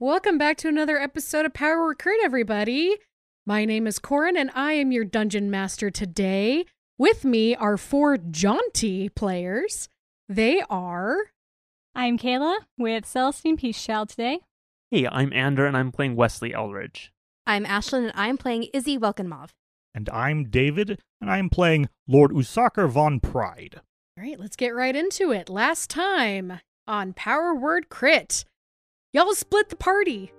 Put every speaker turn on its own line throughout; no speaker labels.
welcome back to another episode of Power Recruit, everybody. My name is Corin, and I am your dungeon master today. With me are four jaunty players. They are
I'm Kayla with Celestine Peace Shell today.
Hey, I'm Ander, and I'm playing Wesley Elridge.
I'm Ashlyn, and I'm playing Izzy Welkenmov.
And I'm David, and I'm playing Lord Usaker von Pride.
All right, let's get right into it. Last time on Power Word Crit, y'all split the party.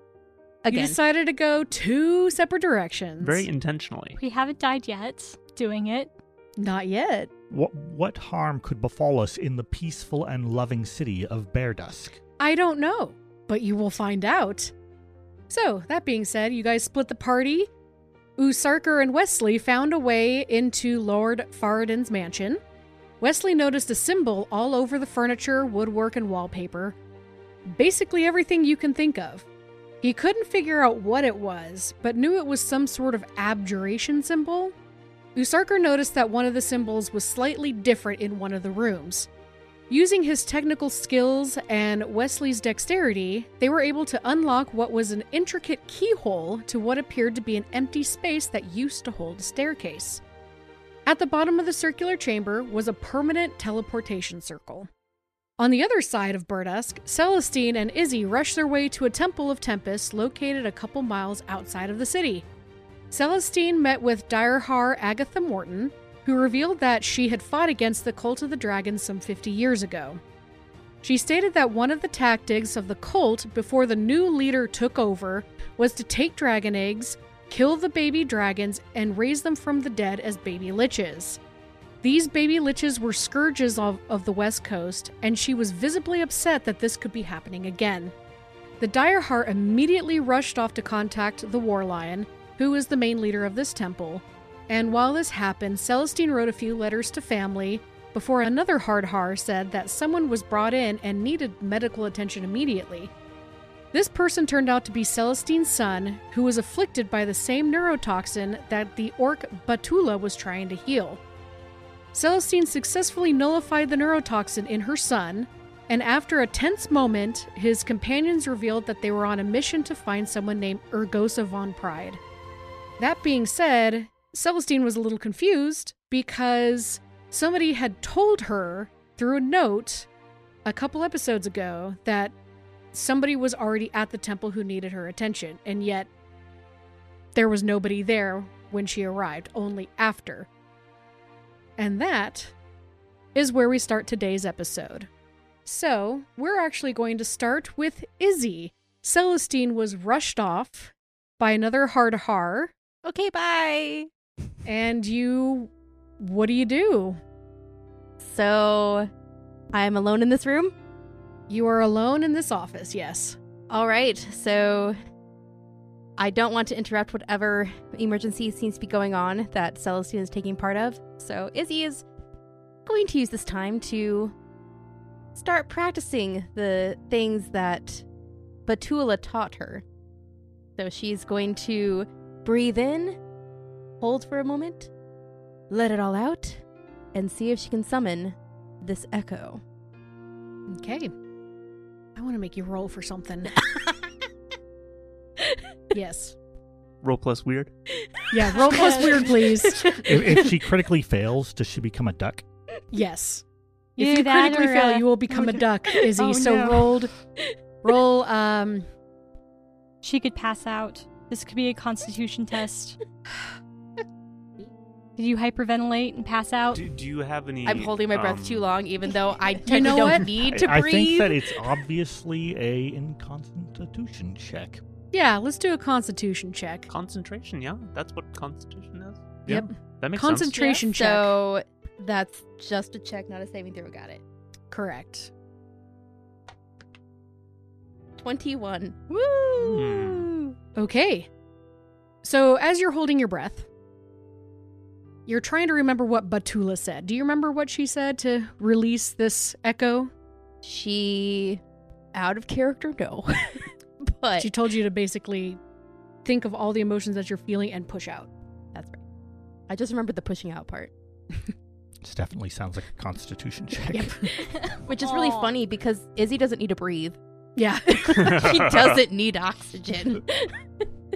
Again,
You decided to go two separate directions.
Very intentionally.
We haven't died yet doing it.
Not yet.
What, what harm could befall us in the peaceful and loving city of Bear Dusk?
I don't know, but you will find out. So, that being said, you guys split the party. Usarker and Wesley found a way into Lord Faradin's mansion. Wesley noticed a symbol all over the furniture, woodwork, and wallpaper. Basically, everything you can think of. He couldn't figure out what it was, but knew it was some sort of abjuration symbol. Usarker noticed that one of the symbols was slightly different in one of the rooms. Using his technical skills and Wesley's dexterity, they were able to unlock what was an intricate keyhole to what appeared to be an empty space that used to hold a staircase. At the bottom of the circular chamber was a permanent teleportation circle. On the other side of Burdusk, Celestine and Izzy rushed their way to a Temple of Tempest located a couple miles outside of the city. Celestine met with Direhar Agatha Morton, who revealed that she had fought against the Cult of the Dragon some 50 years ago. She stated that one of the tactics of the cult before the new leader took over was to take dragon eggs, kill the baby dragons, and raise them from the dead as baby liches. These baby liches were scourges of, of the West Coast, and she was visibly upset that this could be happening again. The Direheart immediately rushed off to contact the War Lion, who is the main leader of this temple. And while this happened, Celestine wrote a few letters to family before another Hardhar said that someone was brought in and needed medical attention immediately. This person turned out to be Celestine's son, who was afflicted by the same neurotoxin that the orc Batula was trying to heal. Celestine successfully nullified the neurotoxin in her son, and after a tense moment, his companions revealed that they were on a mission to find someone named Ergosa von Pride. That being said, Celestine was a little confused because somebody had told her through a note a couple episodes ago that somebody was already at the temple who needed her attention, and yet there was nobody there when she arrived, only after. And that is where we start today's episode. So, we're actually going to start with Izzy. Celestine was rushed off by another hard har,
okay, bye.
and you. What do you do?
So, I'm alone in this room.
You are alone in this office, yes.
All right, so I don't want to interrupt whatever emergency seems to be going on that Celestine is taking part of. So, Izzy is going to use this time to start practicing the things that Batula taught her. So, she's going to breathe in, hold for a moment, let it all out, and see if she can summon this echo.
Okay. I want to make you roll for something. yes.
Roll plus weird.
Yeah, roll plus weird, please.
If, if she critically fails, does she
become.
become a duck?
Yes.
Either
If you
that
critically
or,
fail,
uh,
you will become a duck, Izzy.
Oh,
so
no.
rolled, roll. Um,
She could pass out. This could be a constitution test. Did you hyperventilate and pass out?
Do, do you have any?
Oh. I'm holding my breath
um,
too long, even though I
Mm, You
technically
know
don't
what?
need
I-
to
I,
breathe.
think that it's obviously a inconstitution check.
yeah, let's do a Constitution check.
Concentration, yeah. That's what concentration is.
Yep.
That makes sense.
Concentra- concentration check.
So that's just a check, not a saving throw. Got it.
Correct.
21.
Woo!
Hmm. Okay. So as you're holding your breath, you're trying to remember what Batula said. Do you remember what she said to release this echo?
She, out of character, no. but
She told you to basically think of all the emotions that you're feeling and push out.
that's right. I just remembered the pushing out part,
This definitely sounds like a constitution check.
Yep.
which is really
Aw.
funny because Izzy doesn't need to breathe.
Yeah.
she doesn't need oxygen.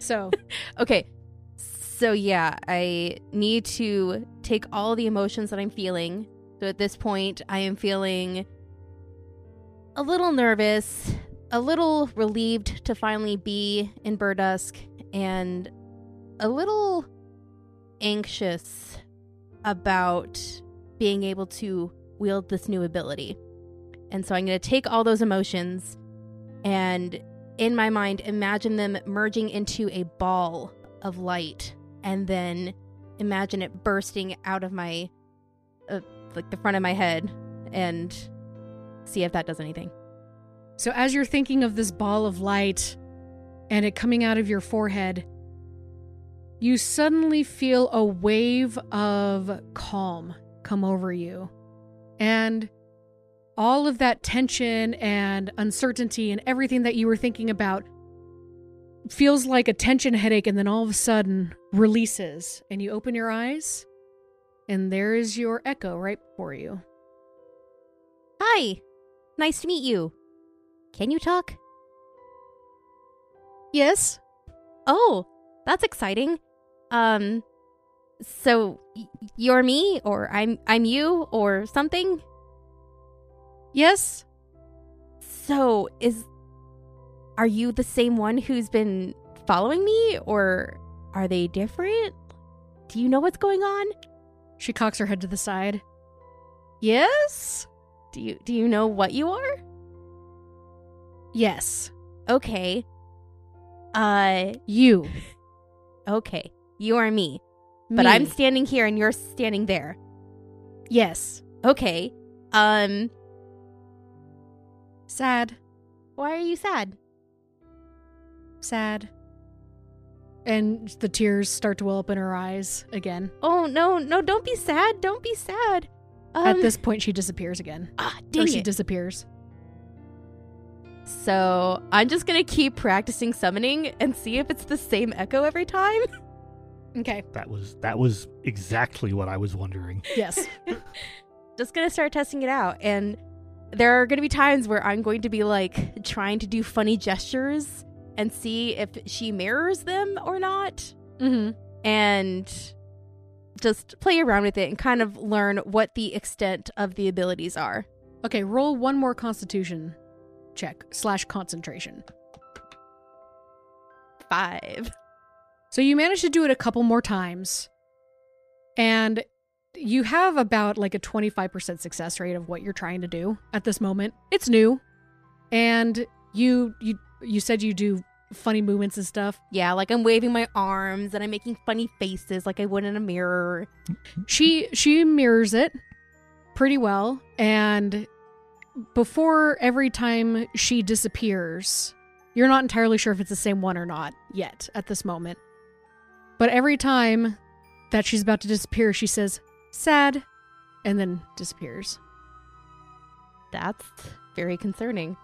So
Okay. So yeah, I need to take all the emotions that I'm feeling. So at this point, I am feeling a little nervous, a little relieved to finally be in Burdusk, and a little anxious about being able to wield this new ability. And so I'm going to take all those emotions and in my mind, imagine them merging into a ball of light, and then imagine it bursting out of my, uh, like the front of my head, and see if that does anything.
So, as you're thinking of this ball of light and it coming out of your forehead, you suddenly feel a wave of calm come over you. And all of that tension and uncertainty and everything that you were thinking about feels like a tension headache, and then all of a sudden releases. And you open your eyes, and there is your echo right before you.
Hi, nice to meet you. Can you talk?
Yes?
Oh, that's exciting. Um, so y- you're me, or I'm I'm you, or something.
Yes?
So is are you the same one who's been following me or are they different? Do you know what's going on?
She cocks her head to the side. Yes?
Do you do you know what you are?
Yes.
Okay. Uh
You.
okay. You are me, but
Me.
I'm standing here and you're standing there.
Yes.
Okay. Um
Sad.
why are you sad?
Sad. And the tears start to well up in her eyes again.
Oh no, no, don't be sad. Don't be sad. Um,
At this point, she disappears again.
ah,
or
dang
she
it.
disappears.
So I'm just gonna keep practicing summoning and see if it's the same echo every time.
Okay.
That was that was exactly what I was wondering.
Yes.
Just gonna start testing it out. And there are gonna be times where I'm going to be like trying to do funny gestures and see if she mirrors them or not.
hmm
And just play around with it and kind of learn what the extent of the abilities are.
Okay, roll one more constitution check slash concentration.
Five.
So you manage to do it a couple more times. And you have about like a 25% success rate of what you're trying to do at this moment. It's new. And you you you said you do funny movements and stuff.
Yeah, like I'm waving my arms and I'm making funny faces like I would in a mirror.
She she mirrors it pretty well and before every time she disappears, you're not entirely sure if it's the same one or not yet at this moment. But every time that she's about to disappear, she says, "Sad," and then disappears.
That's very concerning.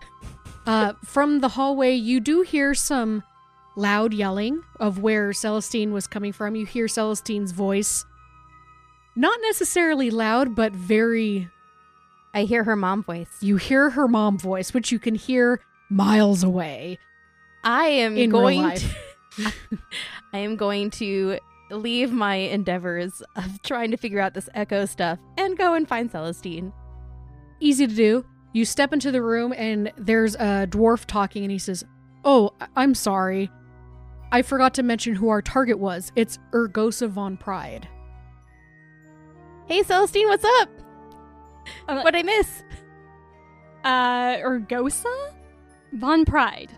Uh, from the hallway, you do hear some loud yelling of where Celestine was coming from. You hear Celestine's voice. Not necessarily loud, but very.
I hear her mom voice.
You hear her mom voice, which you can hear miles away.
I am
In real
going
life.
to I am going to leave my endeavors of trying to figure out this echo stuff and go and find Celestine.
Easy to do. You step into the room, and there's a dwarf talking, and he says, Oh, I- I'm sorry. I forgot to mention who our target was. It's Ergosa von Pride.
Hey Celestine, what's up?
Uh,
What'd I miss?
Uh, Ergosa? Von Pride.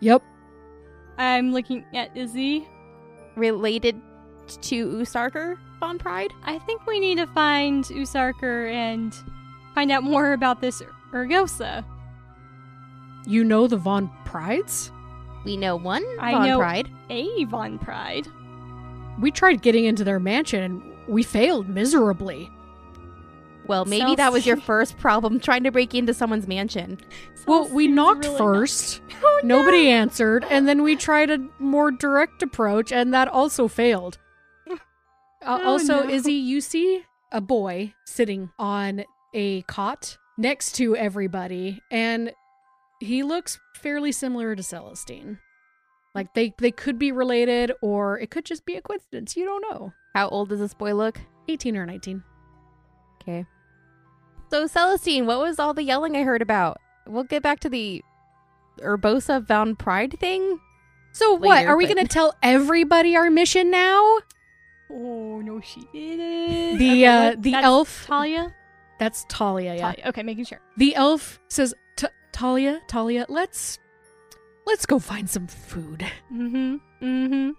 Yep.
I'm looking at Izzy.
Related to Usarker Von Pride?
I think we need to find Usarker and find out more about this Ergosa.
You know the von Prides?
We know one
I
Von
know-
Pride.
A Von Pride.
We tried getting into their mansion and we failed miserably.
Well, maybe
Celestine.
that was your first problem trying to break into someone's mansion.
well, we
Celestine's
knocked
really Oh,
first. Nobody answered, and then we tried a more direct approach, and that also failed. Uh,
Oh,
also,
no.
Izzy, you see a boy sitting on a cot next to everybody, and he looks fairly similar to Celestine. Like they they could be related or it could just be a coincidence. You don't know.
How old does this boy look?
18 or 19.
Okay. So Celestine, what was all the yelling I heard about? We'll get back to the Urbosa Vound Pride thing.
So what?
Later,
Are we
but-
going to tell everybody our mission now?
Oh no, she did it.
The uh the
that's
elf
Talia.
that's Talia, yeah.
Talia. Okay, making sure.
The elf says, "Ta- "Talia, Talia, let's let's go find some food."
Mm-hmm. Mm-hmm.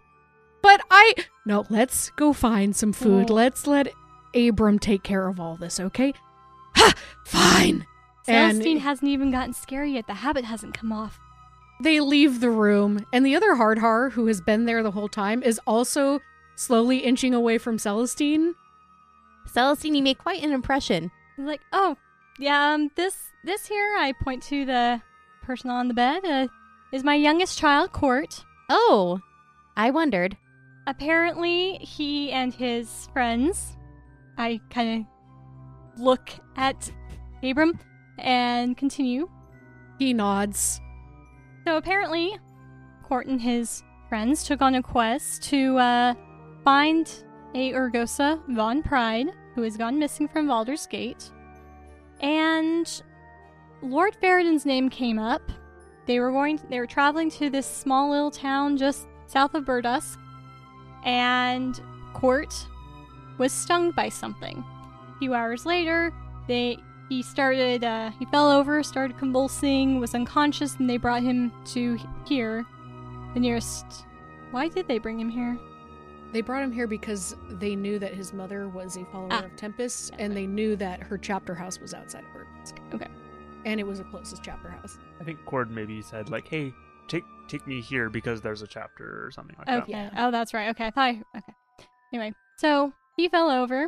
But I no, let's go find some food.
Oh.
Let's let Abram take care of all this, okay? Ha! Fine. And-
Celestine hasn't even gotten scary yet. The habit hasn't come off.
They leave the room, and the other Hardhar, who has been there the whole time, is also slowly inching away from Celestine.
Celestine, you made quite an impression.
He's like, oh, yeah, um, this this here, I point to the person on the bed, uh, is my youngest child, Court.
Oh, I wondered.
Apparently, he and his friends, I kind of look at Abram and continue.
He nods.
So apparently, Court and his friends took on a quest to uh, find a Urgosa von Pride who has gone missing from Baldur's Gate. And Lord Faridin's name came up. They were going. they were traveling to this small little town just south of Burdusk, and Court was stung by something. A few hours later, they he started uh, he fell over started convulsing was unconscious and they brought him to he- here the nearest why did they bring him here
They brought him here because they knew that his mother was a follower
Ah.
of Tempest, and they knew that her chapter house was outside of Burdusk.
Okay.
And it was the closest chapter house.
I think Cord maybe said like, "Hey, take take me here because there's a chapter or something like
okay
that."
oh that's right okay i thought I, okay anyway so he fell over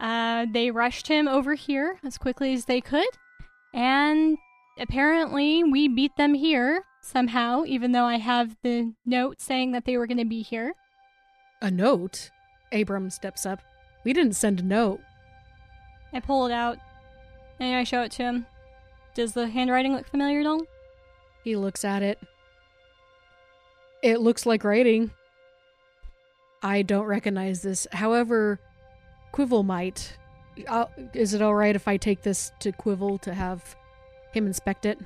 uh they rushed him over here as quickly as they could and apparently we beat them here somehow even though i have the note saying that they were going to be here
A note? Abram steps up. We didn't send a note.
I pull it out and I show it to him. Does the handwriting look familiar at all?
He looks at it. It looks like writing. I don't recognize this. However, Quivel might. Uh, is it all right if I take this to Quivel to have him inspect it?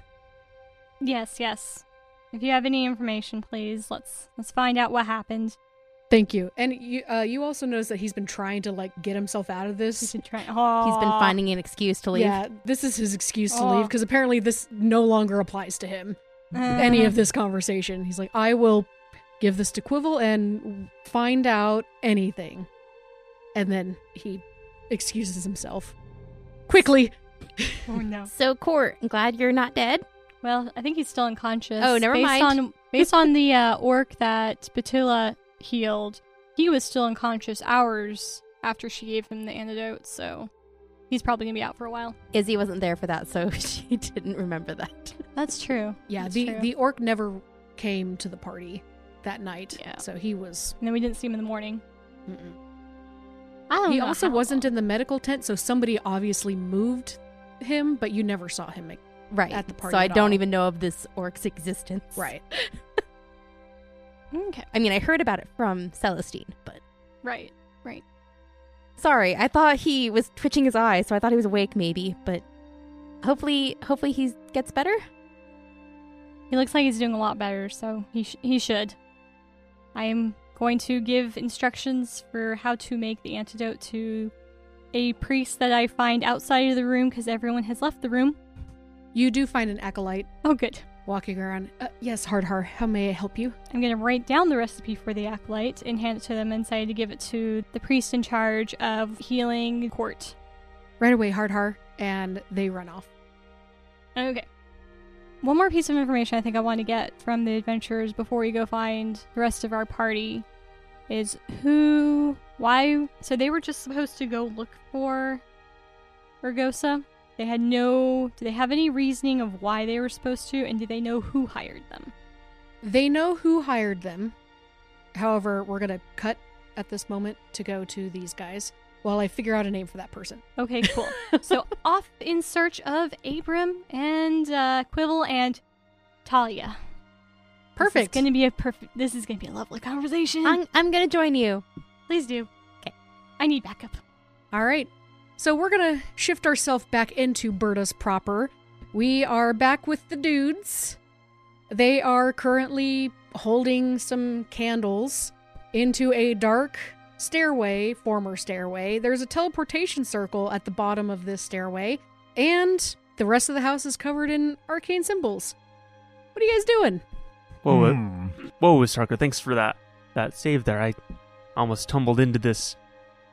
Yes, yes. If you have any information, please let's let's find out what happened.
Thank you. And you, uh, you also notice that he's been trying to like get himself out of
He's
this.
been trying. Oh,
He's been finding an excuse to leave.
Yeah, this is his excuse to
Aw.
leave because apparently this no longer applies to him.
oh.
any
Uh-huh.
of this conversation. He's like, I will give this to Quivel and find out anything. And then he excuses himself quickly.
Oh no.
So, Court, I'm glad you're not dead.
Well, I think he's still unconscious.
Oh, never
based
mind.
On, based on the uh, orc that Batula healed, he was still unconscious hours after she gave him the antidote. So he's probably gonna be out for a while.
Izzy wasn't there for that, so she didn't remember that.
That's true.
Yeah,
That's
the
true.
the orc never came to the party that night.
Yeah.
So he was.
and then we didn't see him in the morning.
mm-mm.
I don't
He
know
also
how.
wasn't in the medical tent, so somebody obviously moved him, but you never saw him. Make-
Right.
At the party
so I
at
don't
all.
even know of this orc's existence.
right.
Okay.
I mean, I heard about it from Celestine, but
Right.
sorry, I thought he was twitching his eyes, so I thought he was awake maybe, but hopefully hopefully he gets better.
He looks like he's doing a lot better, so he sh- he should. I am going to give instructions for how to make the antidote to a priest that I find outside of the room because everyone has left the room.
You do find an acolyte
Oh, good.
walking around. Uh, yes, Hardhar, how may I help you?
I'm going to write down the recipe for the acolyte and hand it to them and say to give it to the priest in charge of healing court.
Right away, Hardhar. And they run off.
Okay. One more piece of information I think I want to get from the adventurers before we go find the rest of our party is who, why. So they were just supposed to go look for Urgosa. They had no. Do they have any reasoning of why they were supposed to, and do they know who hired them?
They know who hired them. However, we're going to cut at this moment to go to these guys. while I figure out a name for that person.
Okay, cool. so off in search of Abram and uh, Quivel and Talia.
Perfect.
It's gonna be a perfect. This is gonna be a lovely
Mm.
conversation.
I'm, I'm gonna join you.
Please do. Okay. I need backup.
All right. So we're going to shift ourselves back into Berta's proper. We are back with the dudes. They are currently holding some candles into a dark stairway, former stairway. There's a teleportation circle at the bottom of this stairway, and the rest of the house is covered in arcane symbols. What are you guys doing?
Whoa, uh,
Hmm.
whoa, Sarker, thanks for that that save there. I almost tumbled into this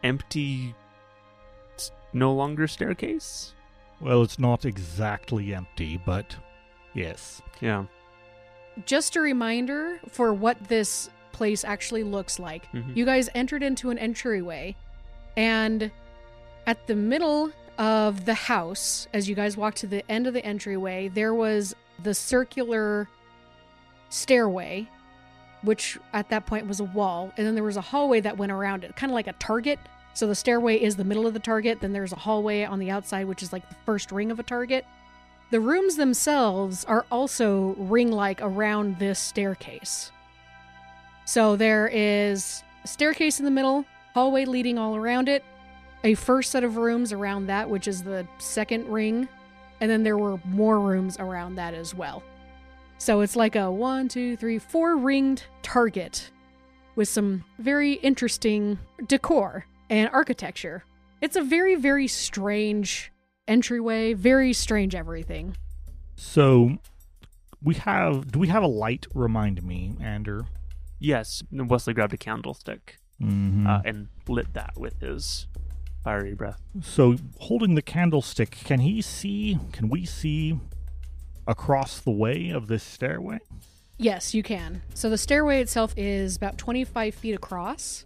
empty, s- no longer staircase.
Well, it's not exactly empty, but yes.
Yeah.
just a reminder for what this place actually looks like.
Mhm.
You guys entered into an entryway, and at the middle of the house, as you guys walked to the end of the entryway, there was the circular stairway, which at that point was a wall, and then there was a hallway that went around it, kind of like a target. So the stairway is the middle of the target, then there's a hallway on the outside, which is like the first ring of a target. The rooms themselves are also ring like around this staircase. So there is a staircase in the middle, hallway leading all around it, a first set of rooms around that, which is the second ring, and then there were more rooms around that as well. So it's like a one, two, three, four ringed target with some very interesting decor and architecture. It's a very, very strange entryway. Very strange everything.
So we have do we have a light remind me, Ander?
Yes, and Wesley grabbed a candlestick
Mm-hmm.
uh, and lit that with his fiery breath.
so holding the candlestick, can he see can we see across the way of this stairway?
Yes, you can. So the stairway itself is about 25 feet across.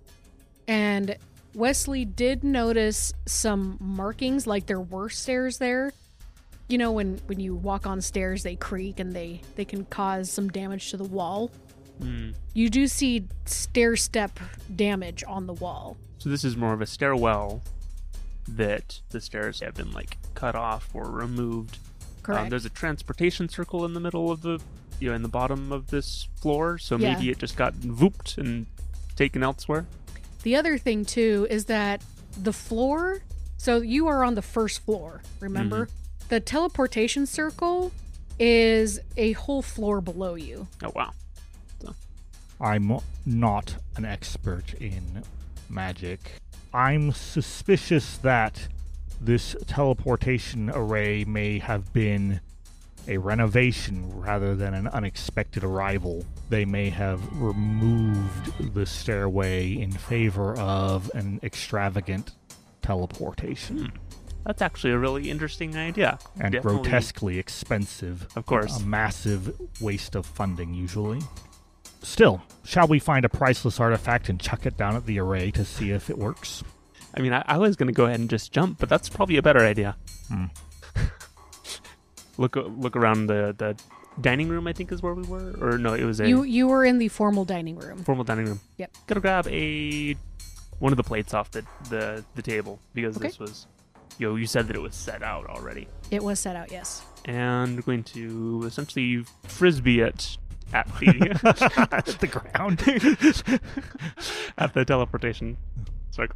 And Wesley did notice some markings, like there were stairs there. You know, when, when you walk on stairs, they creak and they, they can cause some damage to the wall.
Hmm.
You do see stair step damage on the wall.
So this is more of a stairwell that the stairs have been like cut off or removed. Um,
Correct.
there's a transportation circle in the middle of the you know in the bottom of this floor, so
Yeah.
maybe it just got vooped and taken elsewhere.
The other thing too is that the floor. So you are on the first floor. Remember, the teleportation circle is a whole floor below you.
Oh wow.
I'm not an expert in magic. I'm suspicious that this teleportation array may have been a renovation rather than an unexpected arrival. They may have removed the stairway in favor of an extravagant teleportation
That's actually a really interesting idea.
and
Definitely-
grotesquely expensive.
Of course.
A massive waste of funding, usually. Still, shall we find a priceless artifact and chuck it down at the array to see if it works?
I mean, I, I was going to go ahead and just jump, but that's probably a better idea.
Hmm.
look look around the the dining room. I think is where we were, or no, it was a
You you were in the formal dining room.
formal dining room.
Yep.
Gotta grab a one of the plates off the the, the table because
Okay.
this was. Yo, you said that it was set out already,
It was set out. Yes.
and going to essentially frisbee it at the
at the ground.
at the teleportation circle.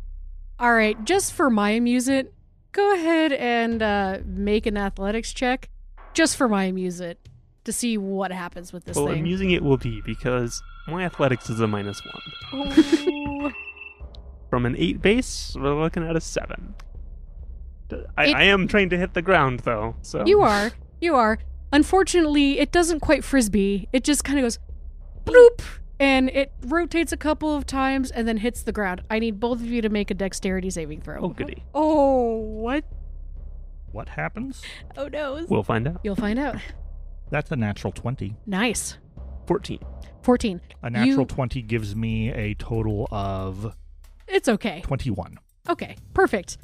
All right. Just for my amusement, go ahead and uh, make an athletics check, just for my amusement, to see what happens with this
Well,
thing.
amusing it will be because my athletics is a minus one.
Oh,
From an eight base, we're looking at a seven. I,
It-
I am trying to hit the ground though, so
You are. You are. Unfortunately, it doesn't quite frisbee. It just kind of goes bloop and it rotates a couple of times and then hits the ground. I need both of you to make a dexterity saving throw.
Oh goody,
oh what?
what happens?
Oh no.
we'll find out.
You'll find out.
That's a natural 20.
Nice.
Fourteen.
14.
A natural
You-
20 gives me a total of
It's okay.
21.
Okay. Perfect.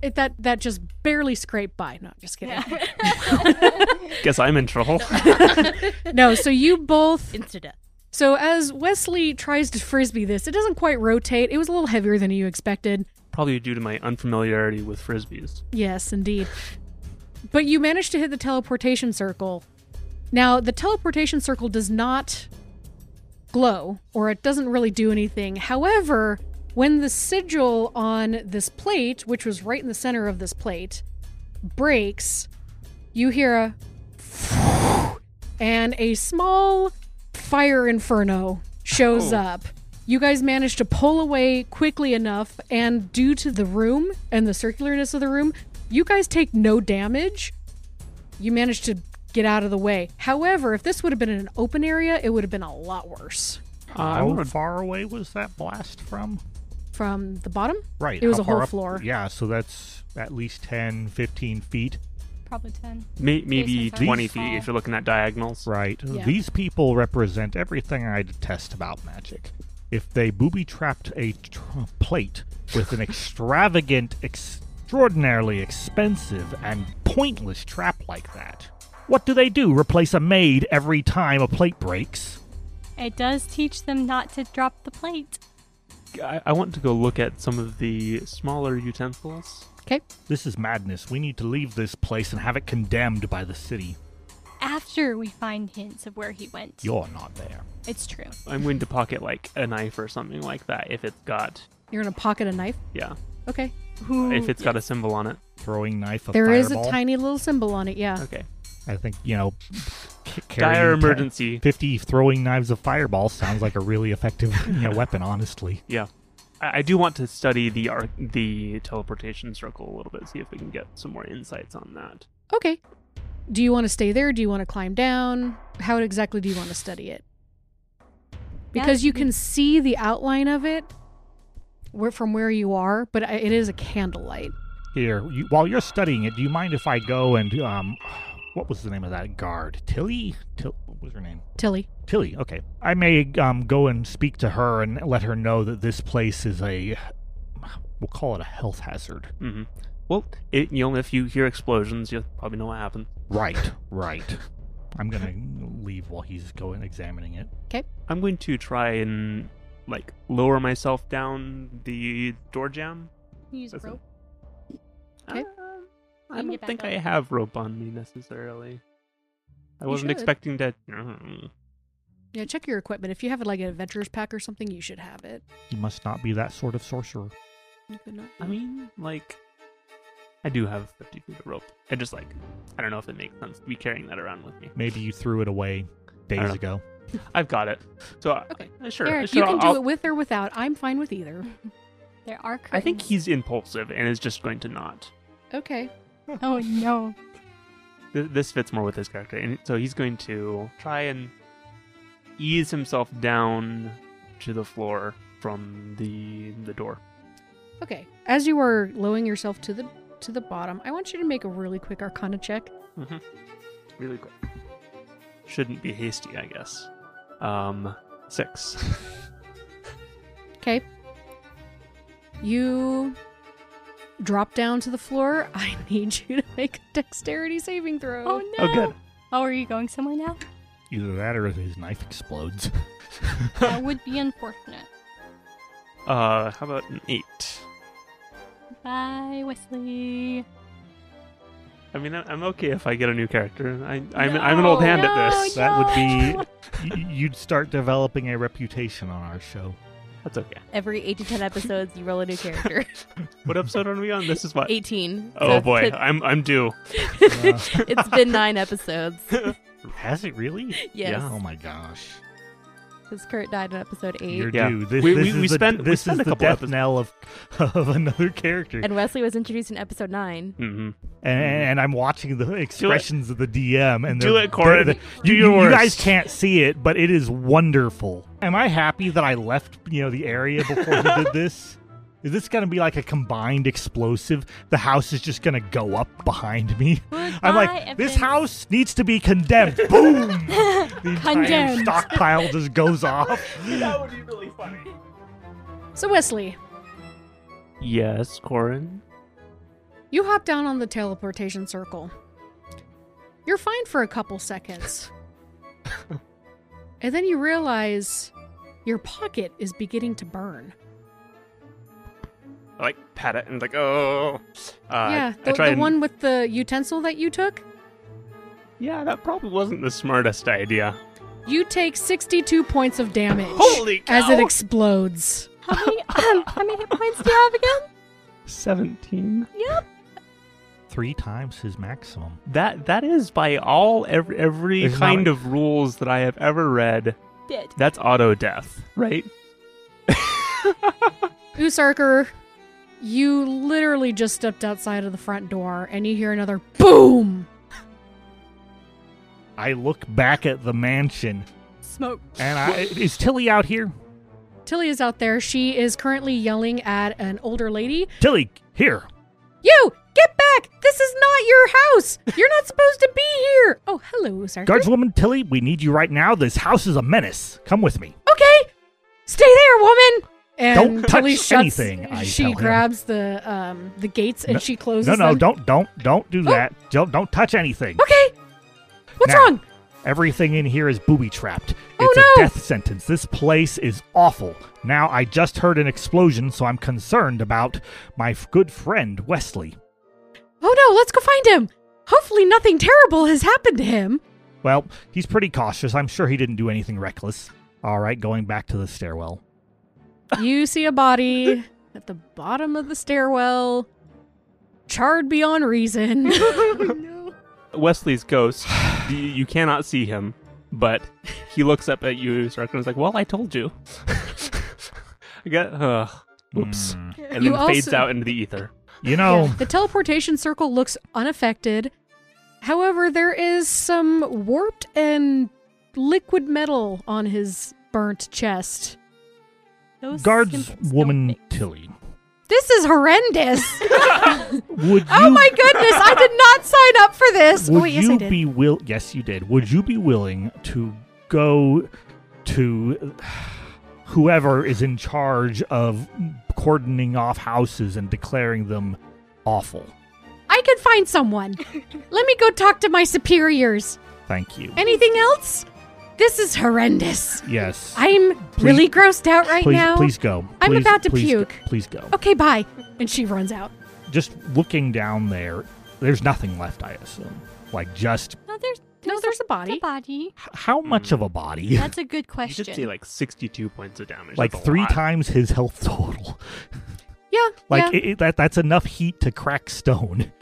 It, that that just barely scraped by. No, just kidding.
Guess I'm in trouble.
no, so you both
Insta death.
So as Wesley tries to frisbee this, it doesn't quite rotate. It was a little heavier than you expected.
probably due to my unfamiliarity with frisbees.
Yes, indeed. But you managed to hit the teleportation circle. Now, the teleportation circle does not glow, or it doesn't really do anything. However, when the sigil on this plate, which was right in the center of this plate, breaks, you hear a and a small fire inferno shows
Oh.
up. You guys manage to pull away quickly enough, and due to the room and the circularness of the room, you guys take no damage. You manage to get out of the way. However, if this would have been in an open area, it would have been a lot worse.
Uh, I
How
wanna-
far away was that blast from?
From the bottom?
Right.
It was
how
a whole
far up-
floor.
Yeah, so that's at least 10, 15 feet.
Probably 10.
may, maybe
Basements are
20
small.
feet if you're looking at diagonals.
Right.
Yeah.
These people represent everything I detest about magic. If they booby trapped a tr- plate with an extravagant, extraordinarily expensive, and pointless trap like that, what do they do? Replace a maid every time a plate breaks?
It does teach them not to drop the plate.
I, I want to go look at some of the smaller utensils.
Okay.
This is madness. We need to leave this place and have it condemned by the city.
After we find hints of where he went.
You're not there.
It's true.
I'm going to pocket like a knife or something like that if it's got,
You're going to pocket a knife?
yeah,
Okay.
Who
if it's got a symbol on it.
Throwing knife. A
There is a
fireball.
tiny little symbol on it, yeah.
Okay.
I think you know. c-
Dire
carrying ten-
emergency.
Fifty throwing knives of fireball sounds like a really effective you know, weapon. Honestly,
Yeah. I, I do want to study the arc, the teleportation circle a little bit, see if we can get some more insights on that.
Okay. Do you want to stay there? Do you want to climb down? How exactly do you want to study it? Because you can see the outline of it where, from where you are, but I- it is a candlelight.
here you, while you're studying it, do you mind if I go and um, what was the name of that guard? Tilly. Till, what was her name?
Tilly.
Tilly. Okay, I may um go and speak to her and let her know that this place is a, we'll call it a health hazard.
hmm Well, it, you know, if you hear explosions, you'll probably know what happened.
Right. Right. I'm gonna leave while he's going examining it.
I'm going to try and like lower myself down the door jam.
use
That's it.
rope.
Okay.
Uh,
You can
I don't
get back
think
up.
I have rope on me necessarily. I
You
wasn't
should.
expecting that.
Yeah, check your equipment. If you have like an adventurer's pack or something, you should have it.
You must not be that sort of sorcerer.
You could not.
I mean, like, I do have 50 feet of rope. I just like, I don't know if it makes sense to be carrying that around with me.
Maybe you threw it away days
Uh,
ago.
I've got it. So I-
Okay.
I, sure,
Eric,
sure,
you can do
I'll-
it with or without. I'm fine with either.
There are curtains.
I think he's impulsive and is just going to not.
Okay.
Oh no.
Th- this fits more with his character, and so he's going to try and ease himself down to the floor from the the door.
Okay. As you are lowering yourself to the to the bottom, I want you to make a really quick arcana check.
Mm-hmm.
Really quick. Shouldn't be hasty, I guess. Um, six.
Okay. You drop down to the floor. I need you to make a dexterity saving throw.
Oh no.
Oh, good.
Oh, are you going somewhere now?
Either that or his knife explodes.
that would be unfortunate.
Uh, how about an eight?
Bye, Wesley.
I mean, I- I'm okay if I get a new character. I, I'm, I'm an old hand at
No,
this.
That would be. y- You'd start developing a reputation on our show.
That's okay.
Every eight to ten episodes, you roll a new character.
What episode are we on? This is what?
Eighteen.
Oh
So
boy,
it's-
I'm I'm due.
it's been nine episodes.
Has it really?
Yes.
Yeah.
Oh my gosh.
Because Kurt died in episode 8
You're
Yeah.
due. This,
We-
this
we-
is
we
the,
spent- we
this
spent a
is the
couple
death
episodes-
knell of, of another character. And,
And Wesley was introduced in episode nine.
Mm-hmm.
and, and I'm watching the expressions of the DM. And
Do
they're-
it, Corin.
they're-
Do
you,
your
you- you guys
worst.
can't see it, but it is wonderful. Am I happy that I left, you know, the area before he did this? Is this going to be like a combined explosive? The house is just going to go up behind me. I'm like,
Goodbye,
this
Evan.
house needs to be condemned. Boom! The entire
Condemned.
stockpile just goes off.
that would be really funny.
So Wesley,
Yes, Corin.
you hop down on the teleportation circle. You're fine for a couple seconds. and then you realize your pocket is beginning to burn.
I like pat it and like oh. Uh,
yeah,
I
the,
try
the
and-
one with the utensil that you took.
Yeah, that probably wasn't the smartest idea.
You take 62 points of damage
Holy cow!
as it explodes.
How many, how many hit points do you have again?
Seventeen.
Yep.
Three times his maximum.
That that is by all every every
It's not
kind
like-
of rules that I have ever read.
Did.
That's auto death, right?
Usarker, you literally just stepped outside of the front door and you hear another boom.
I look back at the mansion,
Smoke.
and I, is Tilly out here?
Tilly is out there. She is currently yelling at an older lady.
Tilly, here.
You, get back! This is not your house! You're not supposed to be here! Oh, hello, Usarker.
Guardswoman Tilly, we need you right now. This house is a menace. Come with me.
okay, stay there, woman. And
Don't touch
Tilly shuts,
anything, I tell
she
him.
grabs the um the gates and
No-
she closes.
No, no,
them. Oh.
don't, don't, don't do that. Don't, don't touch anything.
Okay, what's
Now,
wrong?
Everything in here is booby trapped.
Oh,
It's
no.
a death sentence. This place is awful. Now I just heard an explosion, so I'm concerned about my f- good friend Wesley.
Oh no, let's go find him. Hopefully, nothing terrible has happened to him.
Well, he's pretty cautious. I'm sure he didn't do anything reckless. All right, going back to the stairwell.
You see a body at the bottom of the stairwell, charred beyond reason.
Wesley's ghost. you, you cannot see him, but he looks up at you, Sark, and is like, "Well, I told you." I got. Uh, oops.
Mm.
And
Hmm. You
then fades
also-
out into the ether.
You know,
Yeah, The teleportation circle looks unaffected. However, there is some warped and liquid metal on his burnt chest.
Those symbols
guardswoman
don't mix.
Tilly,
This is horrendous.
would you?
oh my goodness, I did not sign up for this.
Would
Oh, Wait, yes,
you
I did.
be will? Yes, you did. Would you be willing to go to whoever is in charge of cordoning off houses and declaring them awful?
I could find someone. Let me go talk to my superiors.
Thank you.
Anything else? This is horrendous.
yes.
I'm really grossed out right
please,
now.
please go.
I'm
Please-
about to
please go-
puke. Oh.
please go.
Okay, bye. And she runs out.
Just looking down there, there's nothing left. I assume. Like just
No, there's,
No, there's a body.
A body.
h- how
Hmm.
much of a body?
That's a good
You
question.
should see like sixty-two points of damage.
Like
That's a
three
lot.
times his health total.
Yeah. yeah.
Like it, it- that. That's enough heat to crack stone.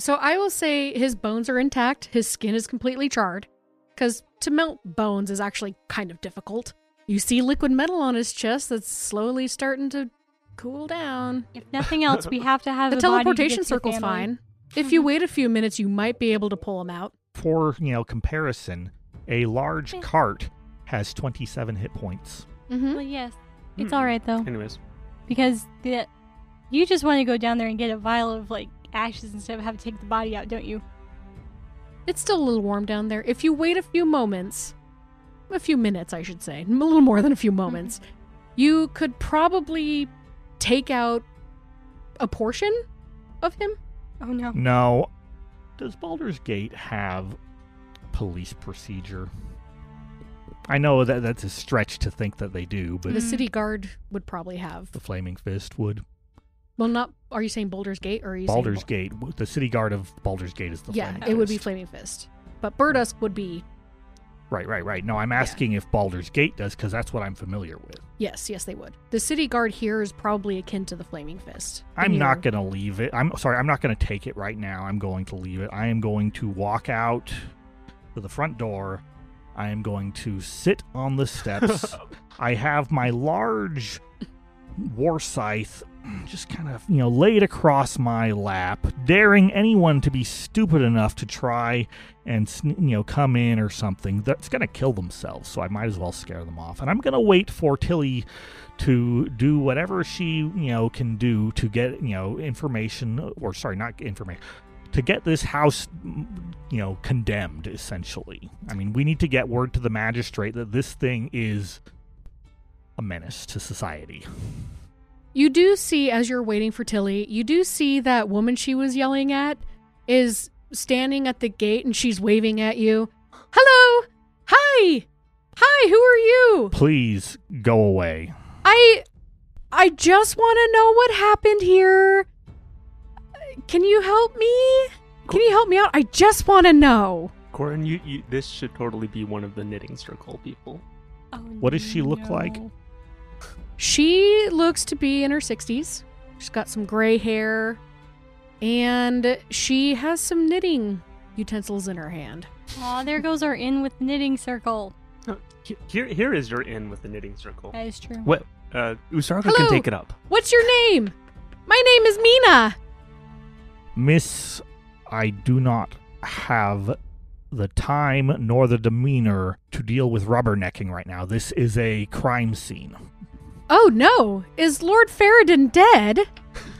So I will say his bones are intact. His skin is completely charred. Because to melt bones is actually kind of difficult. You see liquid metal on his chest that's slowly starting to cool down.
If nothing else, we have to have
The
a body to
teleportation
get to
circle's
family. Mm-hmm.
fine. If you wait a few minutes, you might be able to pull him out.
for you know comparison, a
Hmm.
large cart has 27 hit points.
Mm-hmm.
Well, yes, it's
Hmm.
all right though
Anyways,
because the, you just want to go down there and get a vial of like ashes instead of have to take the body out, don't you?
It's still a little warm down there. If you wait a few moments, a few minutes, I should say, a little more than a few moments,
Mm-hmm.
you could probably take out a portion of him.
Oh no.
Now, does Baldur's Gate have police procedure? I know that that's a stretch to think that they do, but
the
Mm.
city guard would probably have.
the Flaming Fist would.
Well, not. Are you saying Boulder's Gate or are you
Baldur's
saying
Gate, the city guard of Baldur's Gate is the
yeah,
Flaming
it would be
Fist.
Flaming Fist, but Burdusk would be
Right, right, right. No, I'm asking if Baldur's Gate does because that's what I'm familiar with.
yes, yes, they would. The city guard here is probably akin to the Flaming Fist.
I'm
You
not
know,
going to leave it. I'm sorry, I'm not going to take it right now. I'm going to leave it. I am going to walk out to the front door. I am going to sit on the steps. I have my large war scythe just kind of, you know, laid across my lap, daring anyone to be stupid enough to try and, sn- you know, come in or something that's going to kill themselves. So I might as well scare them off. And I'm going to wait for Tilly to do whatever she, you know, can do to get, you know, information or sorry, not information, to get this house, mm, you know, condemned essentially. I mean, we need to get word to the magistrate that this thing is a menace to society.
You do see as you're waiting for Tilly, you do see that woman she was yelling at is standing at the gate and she's waving at you. Hello, hi, hi. Who are you?
Please go away.
I I just want to know what happened here. Can you help me? Can you help me out? I just want to know.
Corin, you, you this should totally be one of the knitting circle people.
Oh,
What does she look like?
no.
She looks to be in her 60s. She's got some gray hair and she has some knitting utensils in her hand.
Aw, there goes our in with knitting circle.
No, he- Here, here is your in with the knitting circle.
That is true.
What? Uh, Usarka
Hello.
can take it up.
What's your name? My name is Mina.
Miss, I do not have the time nor the demeanor to deal with rubbernecking right now. This is a crime scene.
Oh no, is Lord Faradin dead?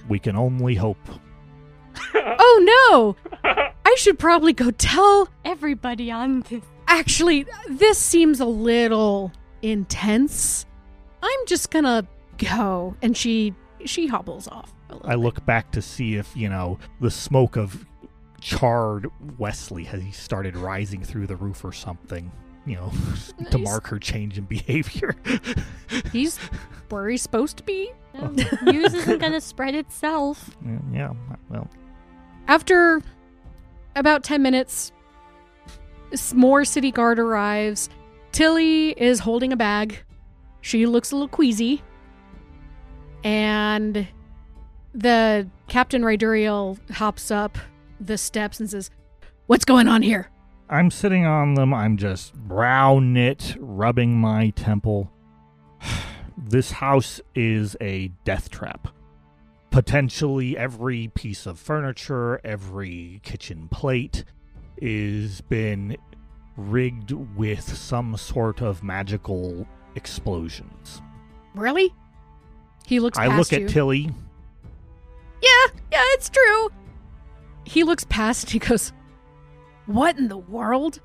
We can only hope.
Oh no! I should probably go tell.
Everybody on this.
Actually, this seems a little intense. I'm just gonna go. And she she hobbles off. a little
I look back to see if, you know, the smoke of charred Wesley has started rising through the roof or something, you know, to
Nice.
mark her change in behavior.
bit. He's where he's supposed to be.
Oh.
No, news isn't gonna spread itself.
yeah, well,
After about 10 minutes, s- more city guard arrives. Tilly is holding a bag. She looks a little queasy. And the Captain Ryduriel hops up the steps and says, What's going on here?
I'm sitting on them. I'm just brow knit, rubbing my temple. this house is a death trap. Potentially every piece of furniture, every kitchen plate is been rigged with some sort of magical explosions.
Really? He looks
I
past
look at
you.
Tilly.
yeah, yeah, it's true. He looks past and he goes, What in the world?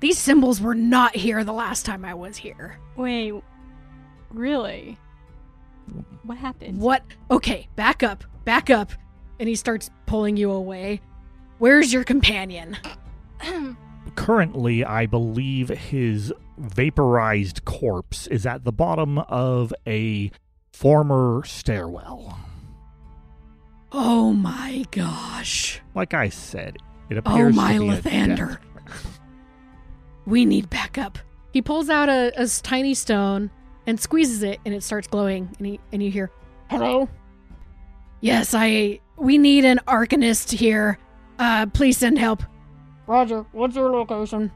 These symbols were not here the last time I was here.
Wait, really? What happened?
What? Okay, back up, back up. And he starts pulling you away. Where's your companion?
Currently, I believe his vaporized corpse is at the bottom of a former stairwell.
Oh my gosh.
Like I said, it
Oh
appears
my
to be a
Lathander.
death-
We need backup. He pulls out a, a s- tiny stone and squeezes it, and it starts glowing. And, he, and you hear, "Hello." Yes, I. We need an arcanist here. Uh, please send help. Roger. What's your location?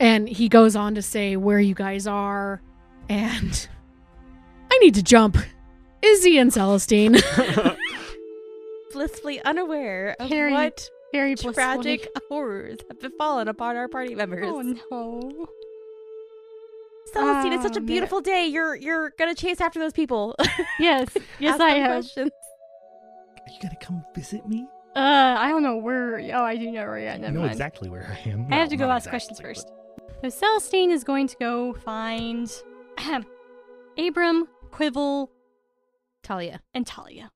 And he goes on to say where you guys are, and I need to jump. Izzy and Celestine.
Blissfully unaware of
Carrie,
what
Very
tragic horrors have befallen upon our party members.
Oh no.
Celestine, it's such
Oh,
a
man.
beautiful day. You're you're gonna chase after those people.
Yes, yes,
Ask
I
them
have.
questions.
Are you gonna come visit me?
Uh, I don't know where. Oh, I do know where. Yeah,
I
never
know
mind.
exactly where I am.
I
Well,
have to go
not
ask questions
exactly,
first. So Celestine is going to go find Abram, Quivel,
Talia.
and Talia.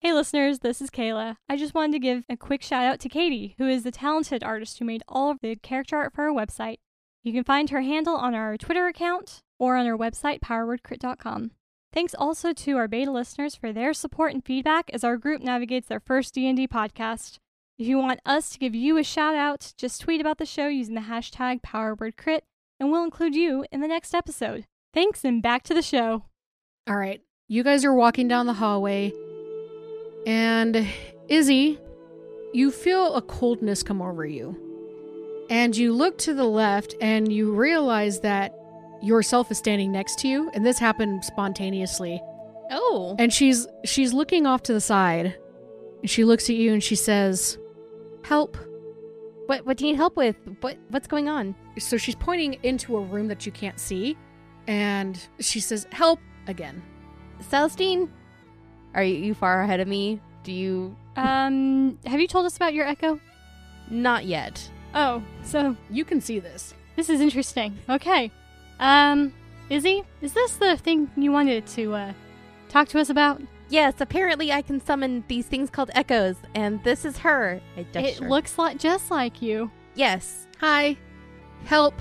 Hey listeners, this is Kayla. I just wanted to give a quick shout out to Katie, who is the talented artist who made all of the character art for our website. You can find her handle on our Twitter account or on our website, powerwordcrit.com. Thanks also to our beta listeners for their support and feedback as our group navigates their first D&D podcast. If you want us to give you a shout out, just tweet about the show using the hashtag PowerWordCrit, and we'll include you in the next episode. Thanks, and back to the show.
All right. You guys are walking down the hallway. And Izzy, you feel a coldness come over you. And you look to the left and you realize that yourself is standing next to you and this happened spontaneously.
Oh.
And she's she's looking off to the side. And she looks at you and she says, "Help."
What what do you need help with? What what's going on?
So she's pointing into a room that you can't see and she says, "Help" again.
Celestine? Are you, you far ahead of me? Do you
Um, have you told us about your echo?
not yet.
Oh, so
You can see this.
this is interesting. Okay. Um, Izzy, is this the thing you wanted to uh, talk to us about?
Yes, apparently I can summon these things called echoes, and this is her. I
it
gesture.
looks like just like you.
Yes.
"Hi. Help."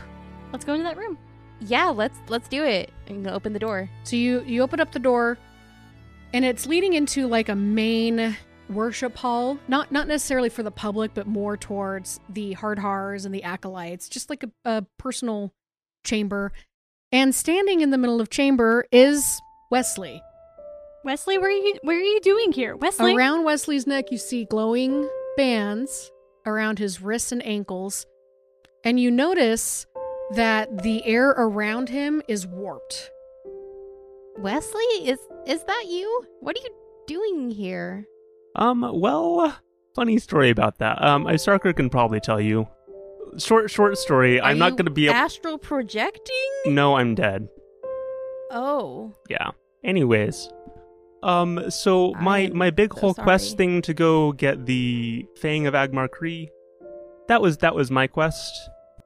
Let's go into that room.
yeah, let's let's do it. I'm gonna open the door.
So you you open up the door, and it's leading into like a main worship hall. Not not necessarily for the public, but more towards the hardhars and the acolytes. Just like a, a personal chamber. And standing in the middle of chamber is Wesley.
Wesley, what are you what are you doing here? Wesley
Around Wesley's neck, you see glowing bands around his wrists and ankles, and you notice that the air around him is warped.
Wesley, is is that you? What are you doing here?
Um, well, funny story about that. Um, Sarker can probably tell you. Short, short story. I'm
Are
not
you
going to be. Able-
astral projecting.
no, I'm dead.
Oh,
Yeah. Anyways, um, so my
I'm
my big
so
whole quest
sorry.
thing to go get the Fang of Agmar Cree, that was that was my quest,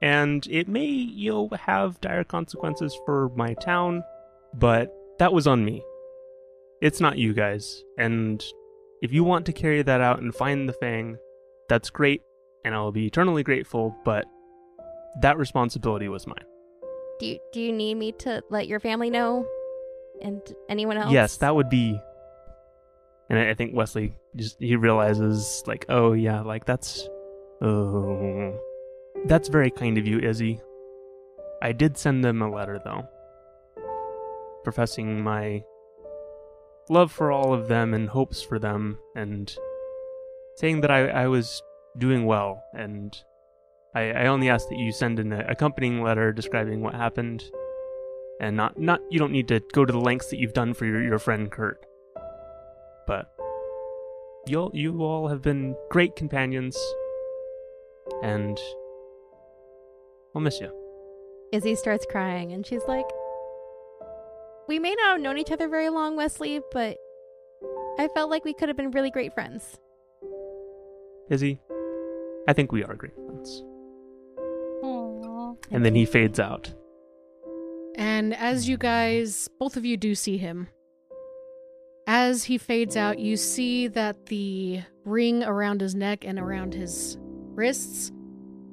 and it may you know have dire consequences for my town, but that was on me. It's not you guys, and if you want to carry that out and find the Fang, that's great, and I'll be eternally grateful. But that responsibility was mine.
do you, do you need me to let your family know, and anyone else?
Yes, that would be. And I, I think Wesley just he realizes like, oh yeah, like that's, oh, that's very kind of you, Izzy. I did send them a letter though, professing my love for all of them and hopes for them, and saying that I, I was doing well, and I, I only ask that you send an accompanying letter describing what happened and not not you don't need to go to the lengths that you've done for your, your friend Kurt. But you'll you all have been great companions and I'll miss you.
Izzy starts crying, and she's like, "We may not have known each other very long, Wesley, but I felt like we could have been really great friends."
Izzy, I think we are great friends.
Aw.
And then he fades out.
And as you guys, both of you do see him. As he fades out, you see that the ring around his neck and around his wrists,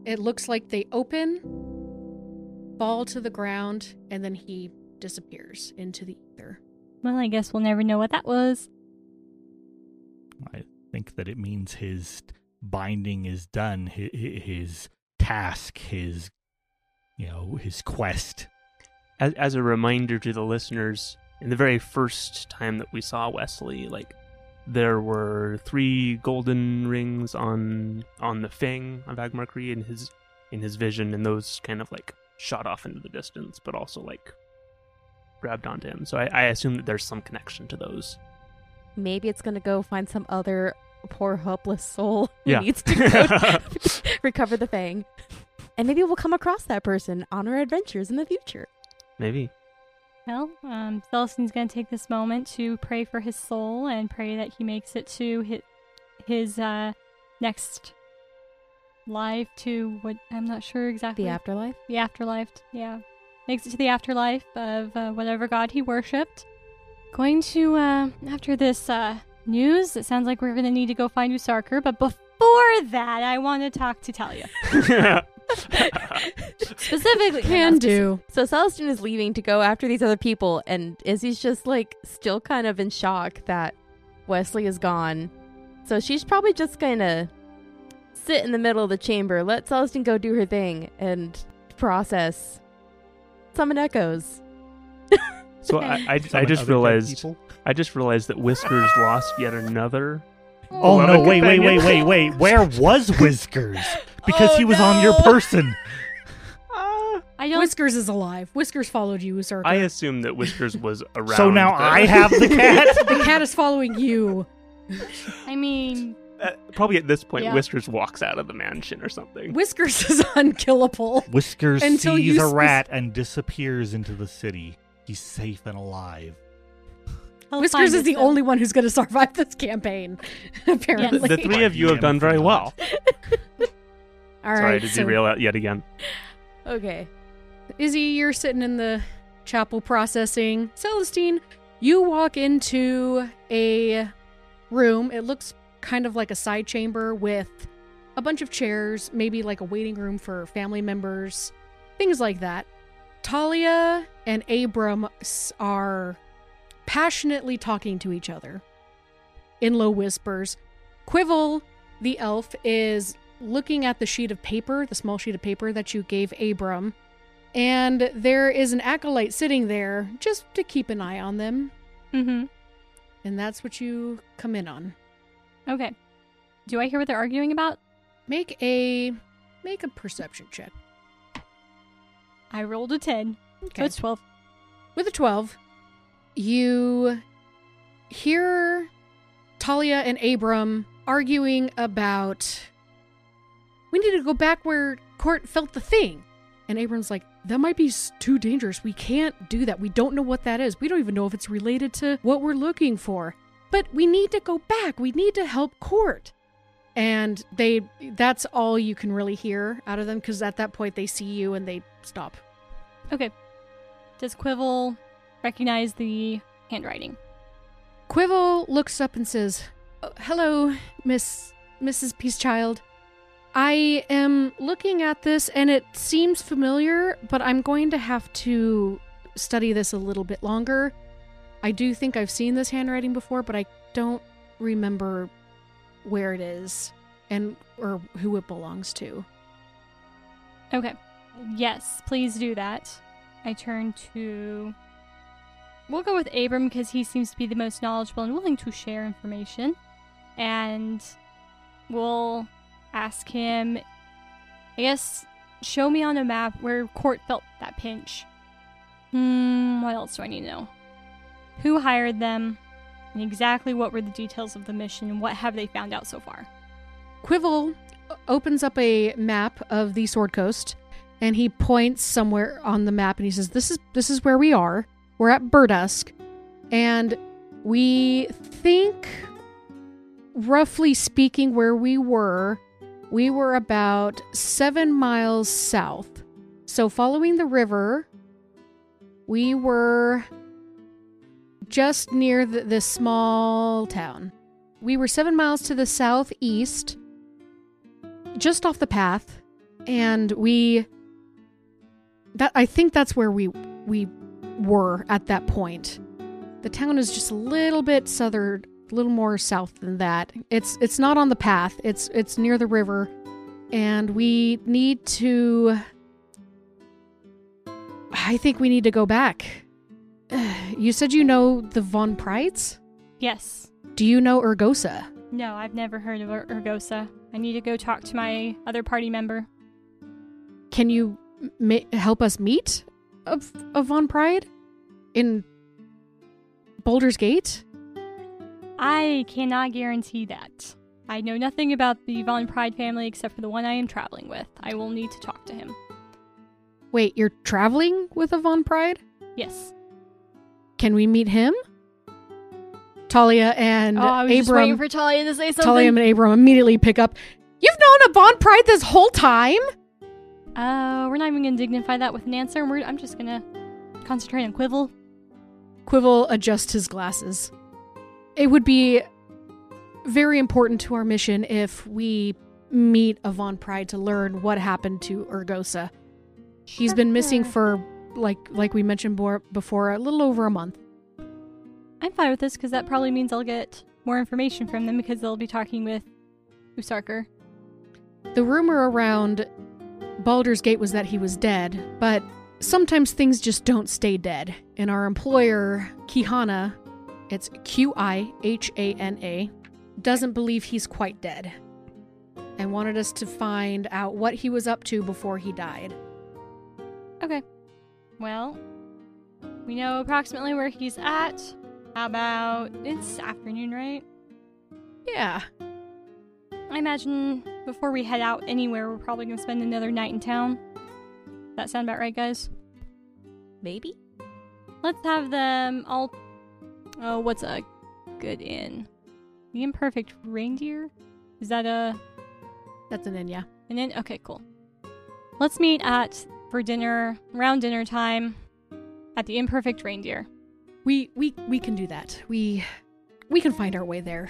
it looks like they open, fall to the ground, and then he disappears into the ether.
Well, I guess we'll never know what that was.
I think that it means his binding is done, his, his task, his you know, his quest.
as, as a reminder to the listeners, in the very first time that we saw Wesley, like there were three golden rings on on the Fang of Agmarkree in his in his vision, and those kind of like shot off into the distance, but also like grabbed onto him. So I, I assume that there's some connection to those.
Maybe it's gonna go find some other poor helpless soul who
Yeah.
needs to go recover the fang, and maybe we'll come across that person on our adventures in the future.
Maybe.
Well, um, Celestine's going to take this moment to pray for his soul and pray that he makes it to his, his uh, next life to what I'm not sure exactly.
The afterlife.
the afterlife. Yeah. Makes it to the afterlife of uh, whatever god he worshipped. Going to, uh, after this uh, news, it sounds like we're going to need to go find Usarker, but before that, I want to talk to Talia.
Specifically,
Can do.
So Celestine is leaving to go after these other people, and Izzy's just like still kind of in shock that Wesley is gone. So she's probably just gonna sit in the middle of the chamber, let Celestine go do her thing, and process. Summon echoes.
so I, I, I
Summon
just
other dead
realized
people.
I just realized that Whiskers lost yet another.
Oh
Beloved
no! Wait, wait,
companion.
wait, wait, wait! Where was Whiskers? Because
Oh,
he was on your
no.
person.
I don't
Whiskers is alive. Whiskers followed you, Usarker.
I assume that Whiskers was around.
So now
the-
I have the
the
cat.
cat is following you.
I mean,
Uh, probably at this point,
Yeah.
Whiskers walks out of the mansion or something.
Whiskers is unkillable.
Whiskers
Until you
sees a
spec-
rat and disappears into the city. He's safe and alive.
he'll
Whiskers
find
is
us,
the
though.
only one who's going to survive this campaign, apparently.
The three of you have done very well.
All
Sorry,
right,
did
so-
you reel out yet again?
Okay.
Izzy, you're sitting in the chapel processing. Celestine, you walk into a room. It looks kind of like a side chamber with a bunch of chairs, maybe like a waiting room for family members, things like that. Talia and Abram s- are passionately talking to each other in low whispers. Quivel, the elf, is looking at the sheet of paper, the small sheet of paper that you gave Abram, and there is an acolyte sitting there just to keep an eye on them,
Mm
and that's what you come in on.
hmm. Okay. Do I hear what they're arguing about?
Make a make a perception check.
I rolled a 10.
Okay.
So it's 12.
With a 12, you hear Talia and Abram arguing about we need to go back where Court felt the thing. And Abram's like, that might be s- too dangerous. We can't do that. We don't know what that is. We don't even know if it's related to what we're looking for. But we need to go back. We need to help Court. And they that's all you can really hear out of them cuz at that point they see you and they stop.
Okay. Does Quivel recognize the handwriting?
Quivel looks up and says, "Oh, "Hello, Miss Mrs. Peacechild. I am looking at this and it seems familiar, but I'm going to have to study this a little bit longer. I do think I've seen this handwriting before, but I don't remember where it is and or who it belongs to."
Okay. Yes, please do that. I turn to. We'll go with Abram because he seems to be the most knowledgeable and willing to share information. And we'll ask him, I guess, show me on a map where Court felt that pinch. Hmm, what else do I need to know? Who hired them? And exactly what were the details of the mission? And what have they found out so far?
Quivel opens up a map of the Sword Coast and he points somewhere on the map and he says, This is this is where we are. We're at Burdusk. And we think roughly speaking where we were, we were about seven miles south. So following the river, we were just near th this small town. We were seven miles to the southeast, just off the path, and we. That I think that's where we we were at that point. The town is just a little bit southern, a little more south than that. It's it's not on the path. It's it's near the river, and we need to. I think we need to go back. You said you know the Von Preitz?
Yes.
Do you know Urgosa?
No, I've never heard of Ur- Urgosa. I need to go talk to my other party member.
Can you ma- help us meet a, a Von Pride in Boulder's Gate?
I cannot guarantee that. I know nothing about the Von Pride family except for the one I am traveling with. I will need to talk to him.
Wait, you're traveling with a Von Pride?
Yes.
Can we meet him? Talia and
oh, I was just waiting
Abram.
for Talia to say
Talia
something.
and Abram immediately pick up. You've known a Von Pride this whole time.
uh, we're not even gonna dignify that with an answer. We're, I'm just gonna concentrate on Quivel.
Quivel adjusts his glasses. It would be very important to our mission if we meet a Von Pride to learn what happened to Urgosa. He's been missing
Sure.
for like like we mentioned bor- before a little over a month.
I'm fine with this because that probably means I'll get more information from them because they'll be talking with Usarker.
The rumor around Baldur's Gate was that he was dead, but sometimes things just don't stay dead. And our employer, Kihana, it's Q I H A N A, doesn't believe he's quite dead and wanted us to find out what he was up to before he died.
Okay. Well, we know approximately where he's at. How about it's afternoon, right?
Yeah.
I imagine before we head out anywhere, we're probably gonna spend another night in town. That sound about right, guys?
Maybe?
Let's have them all. Oh, what's a good inn? The imperfect reindeer. Is that a
That's an in, yeah.
And then, okay, cool. Let's meet at for dinner, around dinner time, at the Imperfect Reindeer.
We we we can do that. We we can find our way there.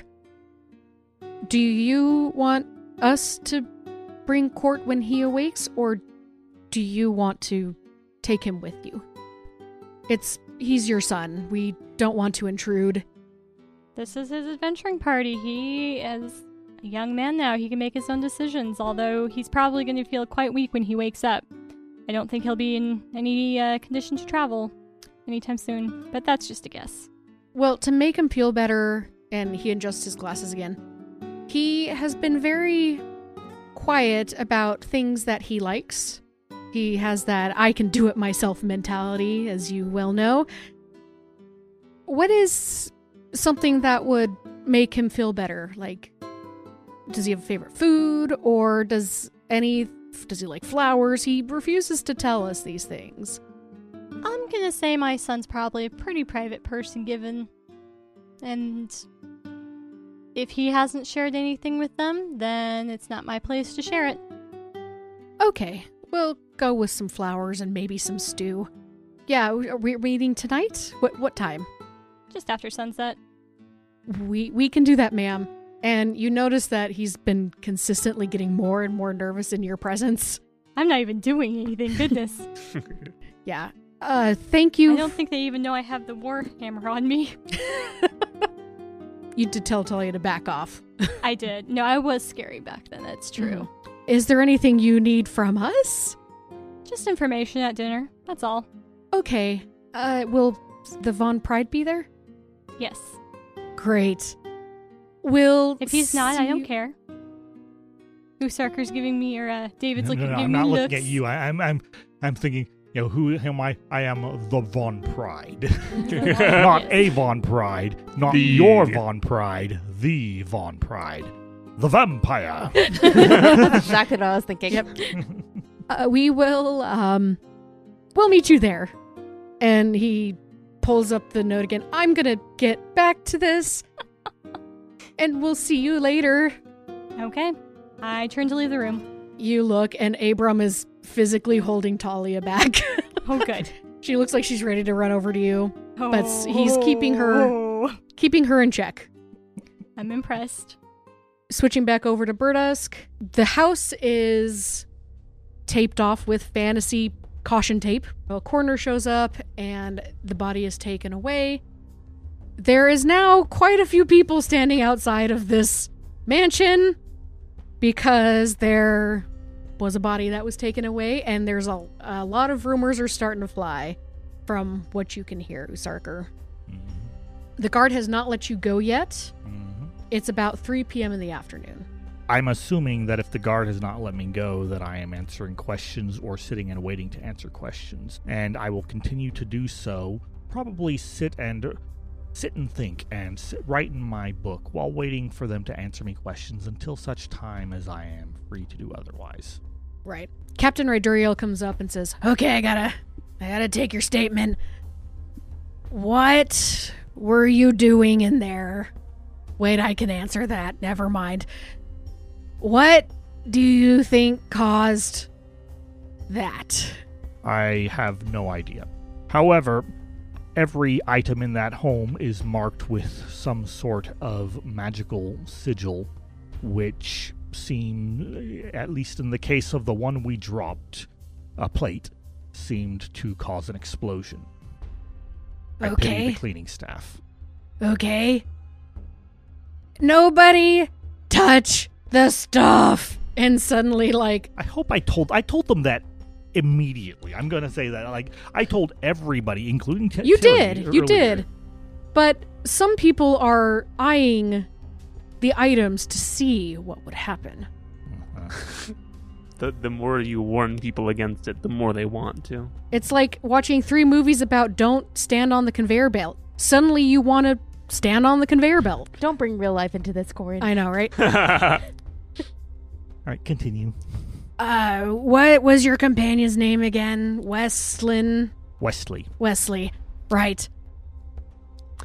Do you want us to bring court when he awakes or do you want to Take him with you. It's he's your son. We don't want to intrude.
This is his adventuring party. He is a young man now. He can make his own decisions, although he's probably going to feel quite weak when he wakes up. I don't think he'll be in any uh, condition to travel anytime soon, but that's just a guess.
Well, to make him feel better, and he adjusts his glasses again, he has been very quiet about things that he likes. He has that I can do it myself mentality, as you well know. What is something that would make him feel better? Like, does he have a favorite food, or does any. Does he like flowers? He refuses to tell us these things.
I'm gonna say my son's probably a pretty private person, given. And if he hasn't shared anything with them, then it's not my place to share it.
Okay, we'll go with some flowers and maybe some stew. Yeah, are we reading tonight? What what time?
Just after sunset.
We we can do that, ma'am. And you notice that he's been consistently getting more and more nervous in your presence.
I'm not even doing anything, goodness.
Yeah. Uh, thank you.
I don't think they even know I have the warhammer on me.
you did tell Talia to back off.
I did. No, I was scary back then, that's true.
Mm-hmm. Is there anything you need from us?
Just information at dinner, that's all.
Okay. Uh, will the Von Pride be there?
Yes.
Great. Will
If he's not, I
see
don't
you-
care. Usarker's giving me, or uh, David's
No,
looking
no, no,
at me
I'm not
looks.
looking at you. I, I'm, I'm, I'm thinking. You know, who am I? I am the Von Pride. not a Von Pride. Not
The-
your Von Pride. The Von Pride. The vampire.
That's exactly what I was thinking.
Yep. Uh, we will. Um, we'll meet you there. And he pulls up the note again. I'm gonna get back to this, and we'll see you later.
Okay. I turn to leave the room.
You look, and Abram is physically holding Talia back.
Oh, good.
she looks like she's ready to run over to you.
Oh.
But s- he's keeping her- keeping her in check.
I'm impressed.
Switching back over to Burdusk, the house is taped off with fantasy caution tape. A coroner shows up and the body is taken away. There is now quite a few people standing outside of this mansion because there was a body that was taken away, and there's a, a lot of rumors are starting to fly from what you can hear, Usarker. The guard has not let you go yet. It's about 3 p.m. in the afternoon.
I'm assuming that if the guard has not let me go, that I am answering questions or sitting and waiting to answer questions, and I will continue to do so. Probably sit and sit and think and sit, write in my book while waiting for them to answer me questions until such time as I am free to do otherwise.
Right. Captain Ryduriel comes up and says, "Okay, I gotta, I gotta take your statement. What were you doing in there? Wait, I can answer that. Never mind. What do you think caused that?
I have no idea. However, every item in that home is marked with some sort of magical sigil, which seem, at least in the case of the one we dropped, a plate, seemed to cause an explosion. I pity
Okay.
the cleaning staff.
Okay. Nobody touch the stuff." And suddenly, like,
I hope I told I told them that immediately. I'm gonna say that like I told everybody, including T-
You
Tilly
did.
earlier.
You did. But some people are eyeing the items to see what would happen.
The, the more you warn people against it, the more they want to.
It's like watching three movies about don't stand on the conveyor belt. Suddenly you want to stand on the conveyor belt.
Don't bring real life into this, Corin.
I know, right?
All right, continue.
uh, what was your companion's name again? Weslin
Wesley.
Wesley. Right.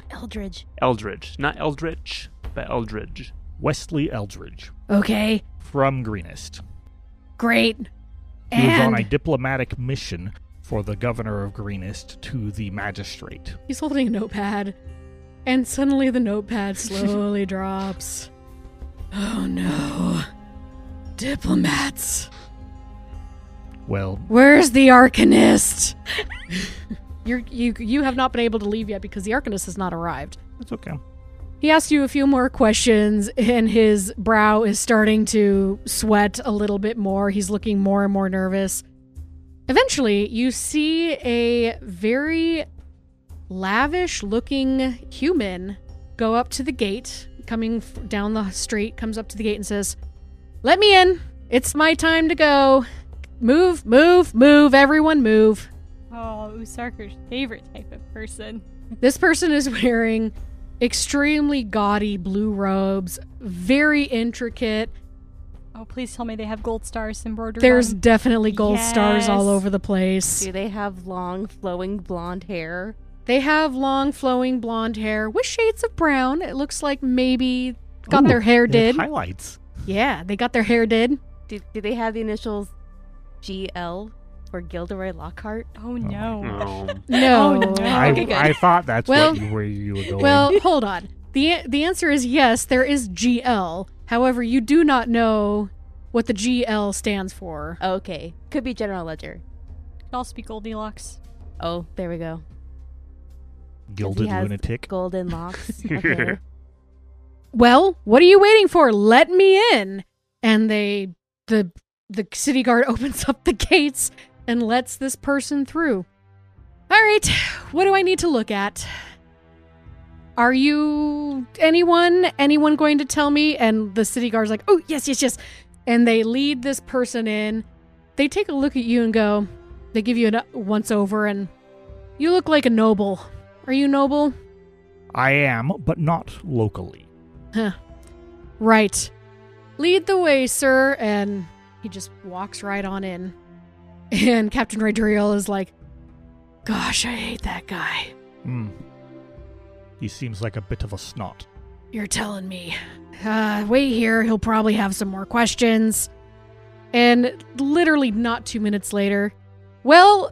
Eldridge.
Eldridge. Not Eldritch, but Eldridge.
Wesley Eldridge
Okay.
from Greenest.
Great.
He was on a
And
diplomatic mission for the governor of Greenest to the magistrate.
he's holding a notepad. And suddenly the notepad slowly drops. Oh no. Diplomats.
Well,
Where's the Arcanist? You're, you you have not been able to leave yet because the Arcanist has not arrived.
it's okay.
He asks you a few more questions, and his brow is starting to sweat a little bit more. He's looking more and more nervous. Eventually, you see a very lavish looking human go up to the gate, coming f- down the street, comes up to the gate and says, Let me in. It's my time to go. Move, move, move. Everyone move.
Oh, Usarker's favorite type of person.
This person is wearing extremely gaudy blue robes, very intricate.
Oh, please tell me they have gold stars embroidered.
There's
on.
definitely gold stars all
Yes.
over the place.
Do they have long, flowing blonde hair?
They have long, flowing blonde hair with shades of brown. It looks like maybe got
Ooh,
their hair
They have
did.
highlights.
yeah, they got their hair
Oh,
did.
Do, do they have the initials GL or Gilderoy Lockhart?
Oh no.
Um,
No.
Oh, no.
I,
Okay, good.
I thought that's
Well-
what you, where you were going.
Well, hold on. the The answer is yes. There is GL. However, you do not know what the GL stands for.
Okay. Could be General Ledger.
Could also be Goldilocks.
Oh, there we go. 'Cause he
Gilded
has
lunatic.
Golden locks. Okay.
well what are you waiting for let me in and they the the city guard opens up the gates and lets this person through all right what do i need to look at are you anyone anyone going to tell me and the city guard's like oh yes yes yes and they lead this person in they take a look at you and go they give you a once over and you look like a noble are you noble
I am, but not locally.
Right. Lead the way, sir. And he just walks right on in. And Captain Rydriel is like, Gosh, I hate that guy.
Hmm. He seems like a bit of a snot.
You're telling me. Uh, wait here. He'll probably have some more questions. And literally, not two minutes later, well,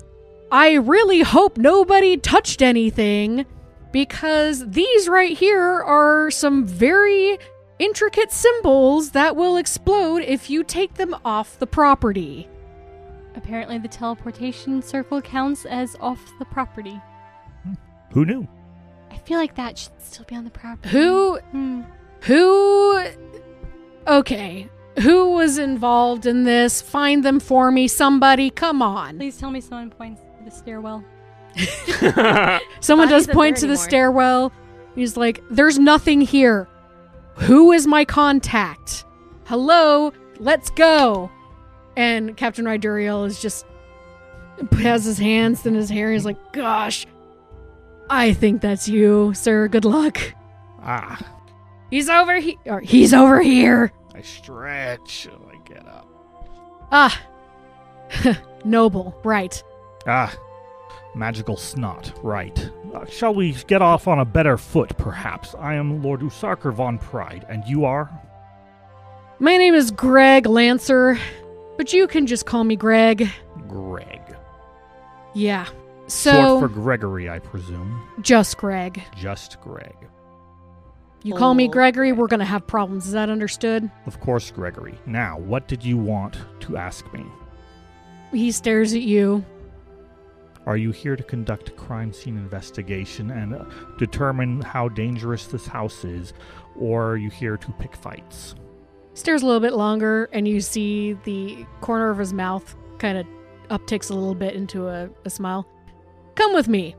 I really hope nobody touched anything because these right here are some very intricate symbols that will explode if you take them off the property.
Apparently, the teleportation circle counts as off the property.
Who knew?
I feel like that should still be on the property.
Who
Hmm.
Who. Okay. Who was involved in this? Find them for me, somebody. Come on.
Please tell me someone points to the stairwell.
Someone
Bonnie's
does
not
point
there
to the
anymore.
stairwell. He's like, There's nothing here. Who is my contact? Hello, let's go. And Captain Ryduriel is just has his hands in his hair. He's like, Gosh, I think that's you, sir. Good luck.
Ah,
He's over here. Or he's over here.
I stretch. and I get up.
Ah, noble, right.
Ah, magical snot, right. Uh, shall we get off on a better foot, perhaps? I am Lord Usarker von Pride, and you are?
My name is Greg Lancer, but you can just call me Greg.
Greg.
Yeah. So,
Short for Gregory, I presume.
just Greg.
Just Greg.
You call me
Old
Gregory,
Greg.
we're going to have problems. Is that understood?
Of course, Gregory. Now, what did you want to ask me?
He stares at you.
Are you here to conduct a crime scene investigation and uh, determine how dangerous this house is, or are you here to pick fights?
Stares a little bit longer, and you see the corner of his mouth kind of upticks a little bit into a, a smile. Come with me.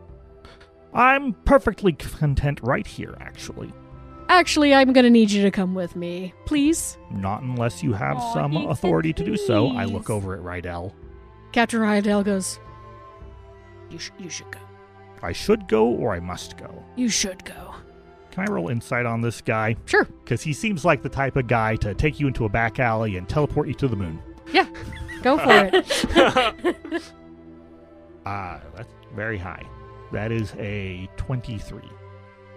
I'm perfectly content right here, actually.
Actually, I'm going to need you to come with me. Please?
Not unless you have
Aw,
some
he said
authority to do so. I look
please.
over at Rydell.
Captain Rydell goes, you, sh- you should go.
I should go or I must go.
You should go.
Can I roll insight on this guy?
Sure.
Because he seems like the type of guy to take you into a back alley and teleport you to the moon.
Yeah. Go for it.
Ah, that's very high. That is a 23.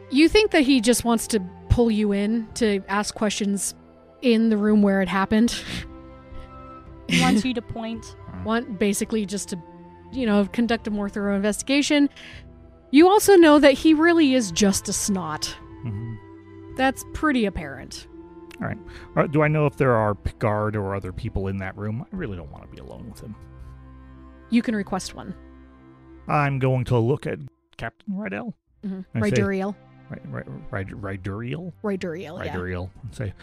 You think that he just wants to pull you in to ask questions in the room where it happened?
He wants you to point.
Want basically just to, you know, conduct a more thorough investigation. You also know that he really is just a snot.
Mhm.
That's pretty apparent.
All right. Uh, All right. Do I know if there are guard or other people in that room? I really don't want to be alone with him.
you can request one.
I'm going to look at Captain Rydell.
Mm-hmm.
I see.
Ryduriel.
Right, right, right, Ryduriel?
Ryduriel, yeah.
Ryduriel. And say,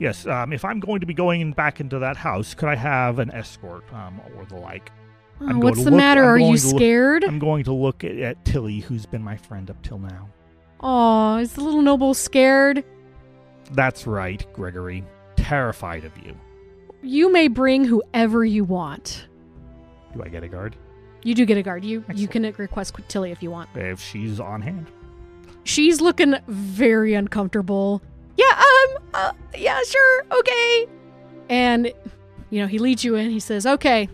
yes, um, if I'm going to be going in back into that house, could I have an escort um, or the like? I'm
Oh,
going
what's
to
the
look-
matter?
I'm
Are
going
you
to look-
scared?
I'm going to look at, at Tilly, who's been my friend up till now.
Oh, is the little noble scared?
That's right, Gregory. Terrified of you.
You may bring whoever you want.
Do I get a guard?
You do get a guard. You you can request Tilly if you want.
If she's on hand.
She's looking very uncomfortable. Yeah, um, uh, yeah, sure, okay. And, you know, he leads you in. He says, okay,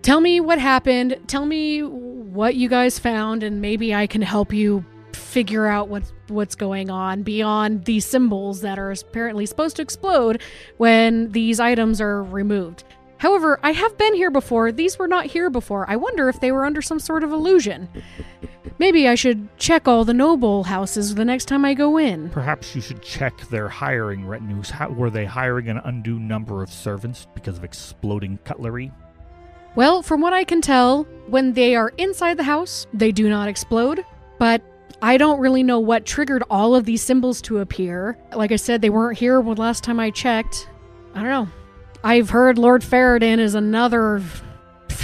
tell me what happened. Tell me what you guys found, and maybe I can help you figure out what's what's going on beyond these symbols that are apparently supposed to explode when these items are removed. However, I have been here before. These were not here before. I wonder if they were under some sort of illusion. Maybe I should check all the noble houses the next time I go in.
Perhaps you should check their hiring retinues. How, were they hiring an undue number of servants because of exploding cutlery?
Well, from what I can tell, when they are inside the house, they do not explode, but I don't really know what triggered all of these symbols to appear. Like I said, they weren't here when last time I checked. I don't know. I've heard Lord Faradan is another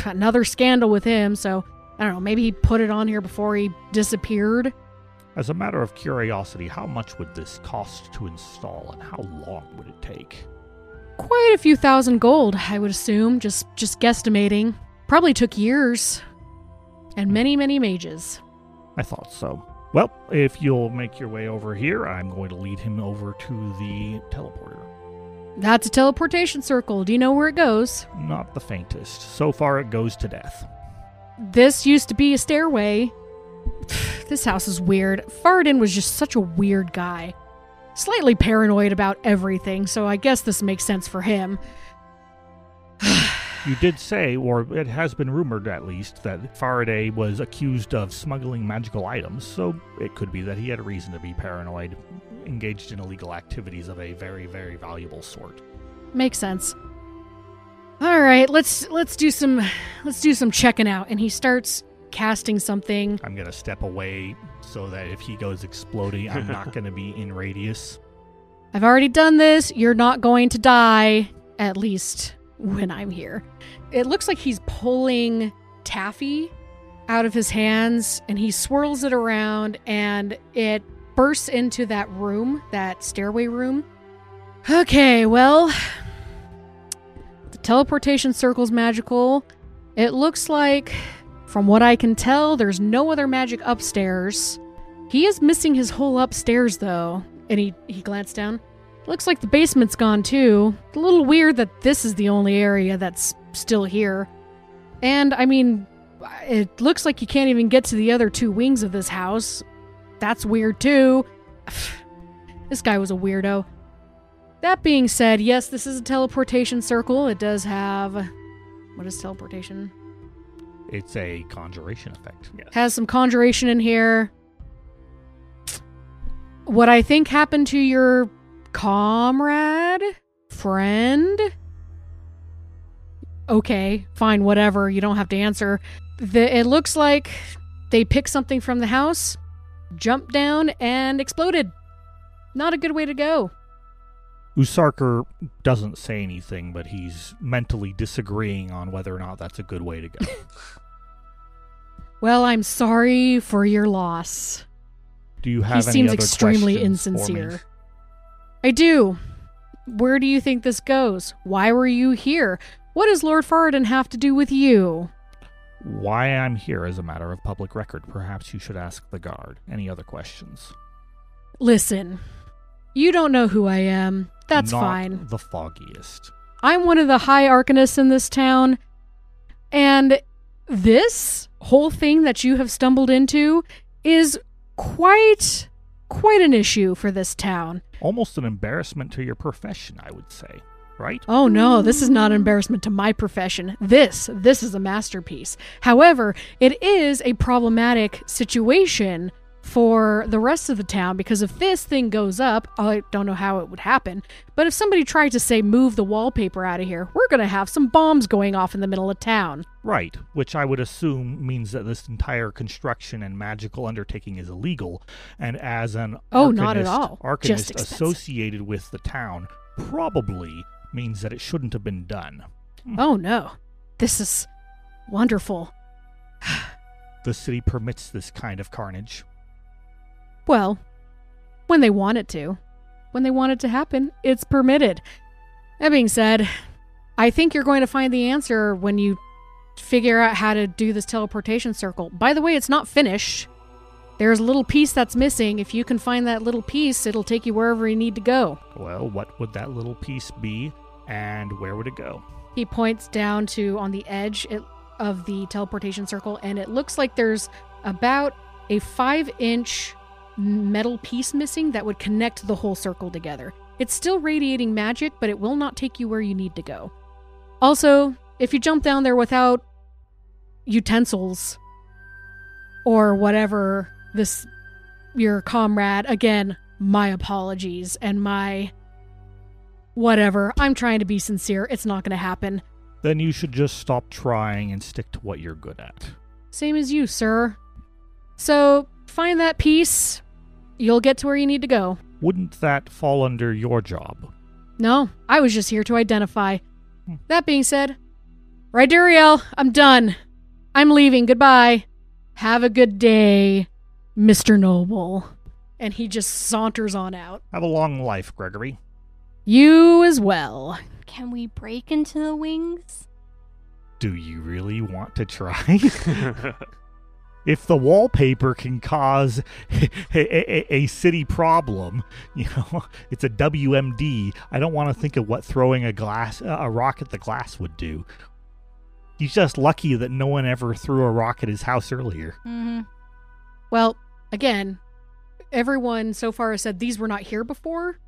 another scandal with him, so I don't know, maybe he put it on here before he disappeared.
As a matter of curiosity, how much would this cost to install and how long would it take?
Quite a few thousand gold, I would assume, just just guesstimating. Probably took years. And many, many mages.
I thought so. Well, if you'll make your way over here, I'm going to lead him over to the teleporter.
That's a teleportation circle. Do you know where it goes?
Not the faintest. So far, it goes to death.
This used to be a stairway. this house is weird. Fardin was just such a weird guy. Slightly paranoid about everything, so I guess this makes sense for him.
You did say, or it has been rumored at least, that Faraday was accused of smuggling magical items, so it could be that he had a reason to be paranoid, engaged in illegal activities of a very, very valuable sort.
Makes sense. All right, let's let's do some let's do some checking out. And he starts casting something.
I'm going to step away so that if he goes exploding, I'm not going to be in radius.
I've already done this. You're not going to die, at least when I'm here. It looks like he's pulling taffy out of his hands and he swirls it around and it bursts into that room, that stairway room. Okay, well, the teleportation circle's magical. It looks like, from what I can tell, there's no other magic upstairs. He is missing his whole upstairs though, and he he glanced down. Looks like the basement's gone too. A little weird that this is the only area that's still here. And I mean, it looks like you can't even get to the other two wings of this house. That's weird too. this guy was a weirdo. That being said, yes, this is a teleportation circle. It does have what is teleportation?
It's a conjuration effect.
has some conjuration in here. What I think happened to your comrade, friend. Okay, fine, whatever. You don't have to answer. The, it looks like they picked something from the house, jumped down, and exploded. Not a good way to go.
Usarker doesn't say anything, but he's mentally disagreeing on whether or not that's a good way to go.
Well, I'm sorry for your loss.
Do you have any
seems
other
extremely
questions for me?
insincere. I do. Where do you think this goes? Why were you here? What does Lord Faraden have to do with you?
Why I'm here is a matter of public record. Perhaps you should ask the guard. Any other questions?
Listen, you don't know who I am. That's
Not
fine.
The foggiest.
I'm one of the high arcanists in this town. And this whole thing that you have stumbled into is quite quite an issue for this town.
Almost an embarrassment to your profession, I would say. Right?
Oh no, this is not an embarrassment to my profession. This, this is a masterpiece. However, it is a problematic situation for the rest of the town because if this thing goes up, I don't know how it would happen, but if somebody tried to say move the wallpaper out of here, we're going to have some bombs going off in the middle of town.
Right, which I would assume means that this entire construction and magical undertaking is illegal, and as an
Oh,
arcanist,
not at all. Just
arcanist
expensive.
associated with the town, probably means that it shouldn't have been done.
Oh no. This is wonderful.
The city permits this kind of carnage.
Well, when they want it to. When they want it to happen, it's permitted. That being said, I think you're going to find the answer when you figure out how to do this teleportation circle. By the way, it's not finished. There's a little piece that's missing. If you can find that little piece, it'll take you wherever you need to go.
Well, what would that little piece be, and where would it go?
He points down to on the edge it, of the teleportation circle, and it looks like there's about a five inch metal piece missing that would connect the whole circle together. It's still radiating magic, but it will not take you where you need to go. Also, if you jump down there without utensils or whatever this your comrade again my apologies and my whatever i'm trying to be sincere it's not going to happen
Then you should just stop trying and stick to what you're good at.
Same as you, sir. So find that piece. You'll get to where you need to go.
Wouldn't that fall under your job?
No, I was just here to identify. That being said, Ryderiel, I'm done. I'm leaving. Goodbye. Have a good day, Mr. Noble. And he just saunters on out.
Have a long life, Gregory.
You as well.
Can we break into the wings?
Do you really want to try? if the wallpaper can cause a, a- a city problem, you know, it's a WMD. I don't want to think of what throwing a glass a rock at the glass would do. He's just lucky that no one ever threw a rock at his house earlier.
Mm-hmm.
Well, again, everyone so far has said these were not here before.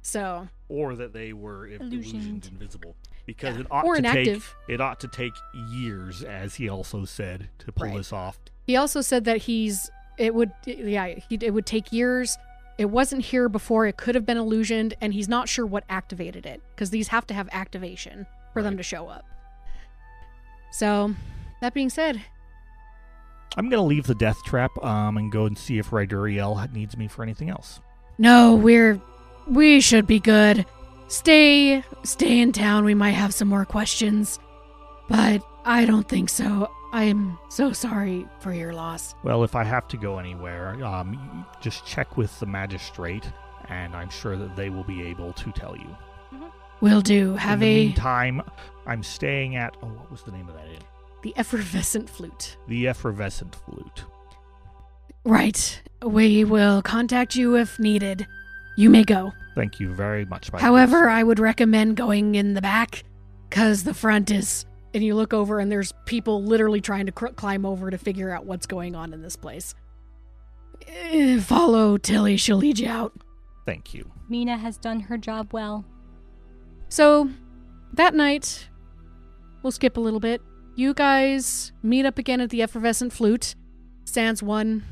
So,
or that they were if illusioned
Illusioned.
invisible because
Yeah.
it ought
Or
to
inactive.
take it ought to take years as he also said to pull
Right.
this off
He also said that he's it would yeah he, it would take years. It wasn't here before. It could have been illusioned, and he's not sure what activated it because these have to have activation for them
Right.
to show up. So, that being said,
I'm gonna leave the death trap um, and go and see if Ryduriel needs me for anything else.
no, we're we should be good. Stay stay in town. We might have some more questions, but I don't think so. I'm so sorry for your loss.
Well, if I have to go anywhere, um, just check with the magistrate, and I'm sure that they will be able to tell you.
Will do. Have
in the
a
meantime, I'm staying at oh, what was the name of that inn?
the effervescent flute.
The Effervescent Flute.
Right. We will contact you if needed. You may go.
Thank you very much. My
However,
good
I would recommend going in the back because the front is. And you look over, and there's people literally trying to cr- climb over to figure out what's going on in this place. Eh, follow Tilly, she'll lead you out.
friend. thank you.
Mina has done her job well.
So that night, we'll skip a little bit. You guys meet up again at the effervescent flute. Sans one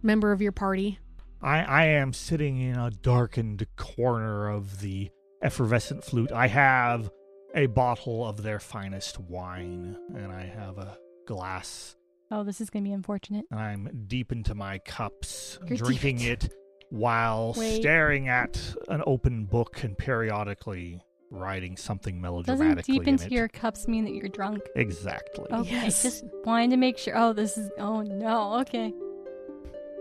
member of your party.
I I am sitting in a darkened corner of the Effervescent Flute. I have a bottle of their finest wine, and I have a glass,
Oh, this is going to be unfortunate.
and I'm deep into my cups,
You're deep
drinking
into-
it while
Wait.
staring at an open book and periodically writing something melodramatically.
Doesn't deep
in
into
it.
your cups mean that you're drunk?
exactly.
Okay,
Yes.
just wanted to make sure. Oh, this is. Oh no. Okay.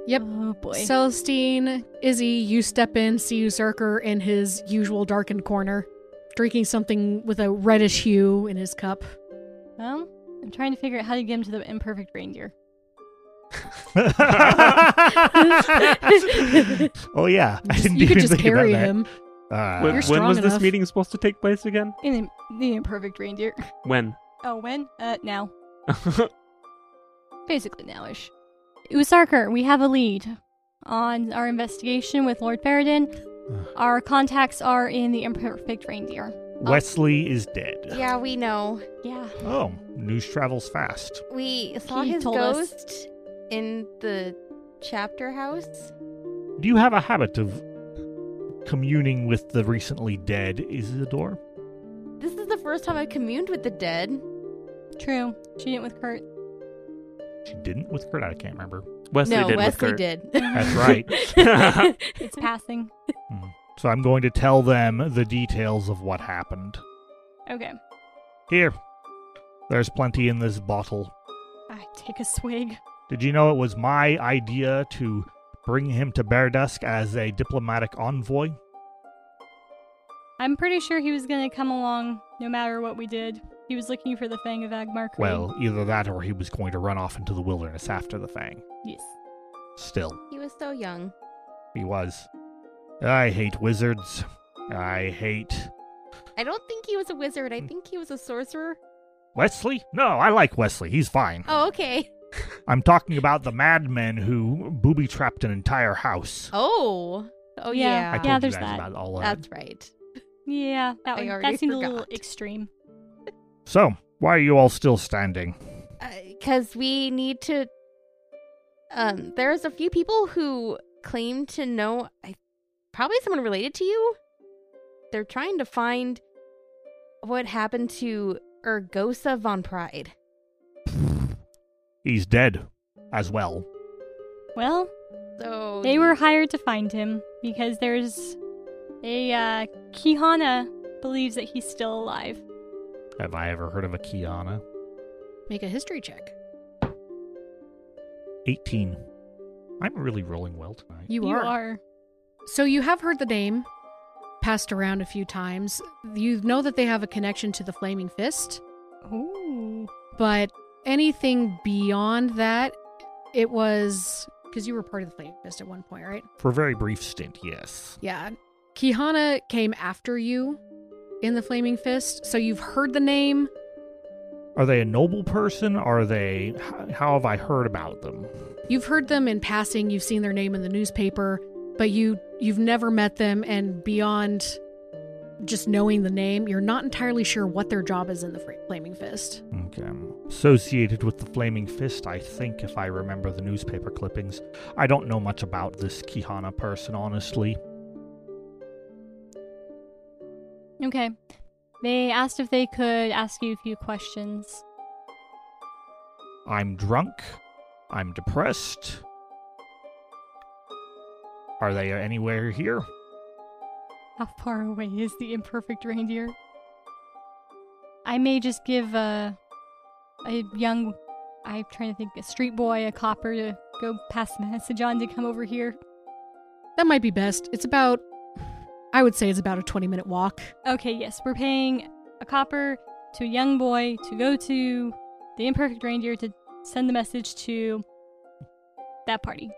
Yep.
Oh boy.
Celestine, Izzy, you step in, see Usurker in his usual darkened corner, drinking something with a reddish hue in his cup.
well, I'm trying to figure out how to get him to the imperfect reindeer.
oh yeah, I didn't
You
even
could just
think
carry
about that.
him.
Ah.
when,
You're
when
strong
was
enough.
this meeting supposed to take place again?
In the imperfect reindeer.
When?
Oh, when? Uh, now. Basically nowish. Usarker, we have a lead on our investigation with Lord Faradin. Our contacts are in the imperfect reindeer.
Wesley is dead.
Yeah, we know.
Yeah.
Oh, news travels fast.
We saw
He
his
told us.
ghost in the chapter house.
Do you have a habit of communing with the recently dead, Isidore?
This is the first time I've communed with the dead.
True. She didn't with Kurt.
She didn't with Kurt. I can't remember.
Wesley
no,
did with
Wesley
Kurt.
did.
That's right.
It's passing.
Hmm. So I'm going to tell them the details of what happened.
Okay.
Here, there's plenty in this bottle.
I take a swig.
Did you know it was my idea to bring him to Bear Dusk as a diplomatic envoy?
I'm pretty sure he was going to come along no matter what we did. He was looking for the Fang of Agmar Creed.
Well, either that or he was going to run off into the wilderness after the Fang.
yes.
Still,
He was so young.
he was. I hate wizards. I hate.
I don't think he was a wizard.
Hmm.
I think he was a sorcerer.
Wesley? No, I like Wesley. He's fine.
Oh, okay.
I'm talking about the madmen who booby trapped an entire house.
Oh. Oh
Yeah.
I
yeah.
told you
there's
guys
that.
about all of it.
That's right.
Yeah, that,
I
one,
already
that seemed a little
forgot.
extreme.
So, why are you all still standing?
Because we need to. Um, there's a few people who claim to know. I, probably someone related to you. They're trying to find what happened to Ergosa von Pride.
He's dead as well.
Well,
So
They were hired to find him because there's a uh, Kihana believes that he's still alive.
Have I ever heard of a Kiana?
Make a history check.
18. I'm really rolling well tonight.
You,
You
are.
are.
So you have heard the name passed around a few times. You know that they have a connection to the Flaming Fist,
Ooh.
but anything beyond that, it was because you were part of the Flaming Fist at one point, right?
For a very brief stint, yes.
Yeah. Kihana came after you in the Flaming Fist, so you've heard the name.
Are they a noble person? Are they. h- How have I heard about them?
You've heard them in passing, you've seen their name in the newspaper, but you you've never met them and beyond just knowing the name, you're not entirely sure what their job is in the Fra- Flaming Fist.
Okay. Associated with the Flaming Fist, I think, if I remember the newspaper clippings. I don't know much about this Kihana person, honestly.
Okay. They asked if they could ask you a few questions.
I'm drunk. I'm depressed. Are they anywhere here?
How far away is the imperfect reindeer? I may just give a a young I'm trying to think a street boy a copper to go pass the message on to come over here.
That might be best. It's about, I would say it's about a 20 minute walk.
Okay, yes, we're paying a copper to a young boy to go to the imperfect reindeer to send the message to that party.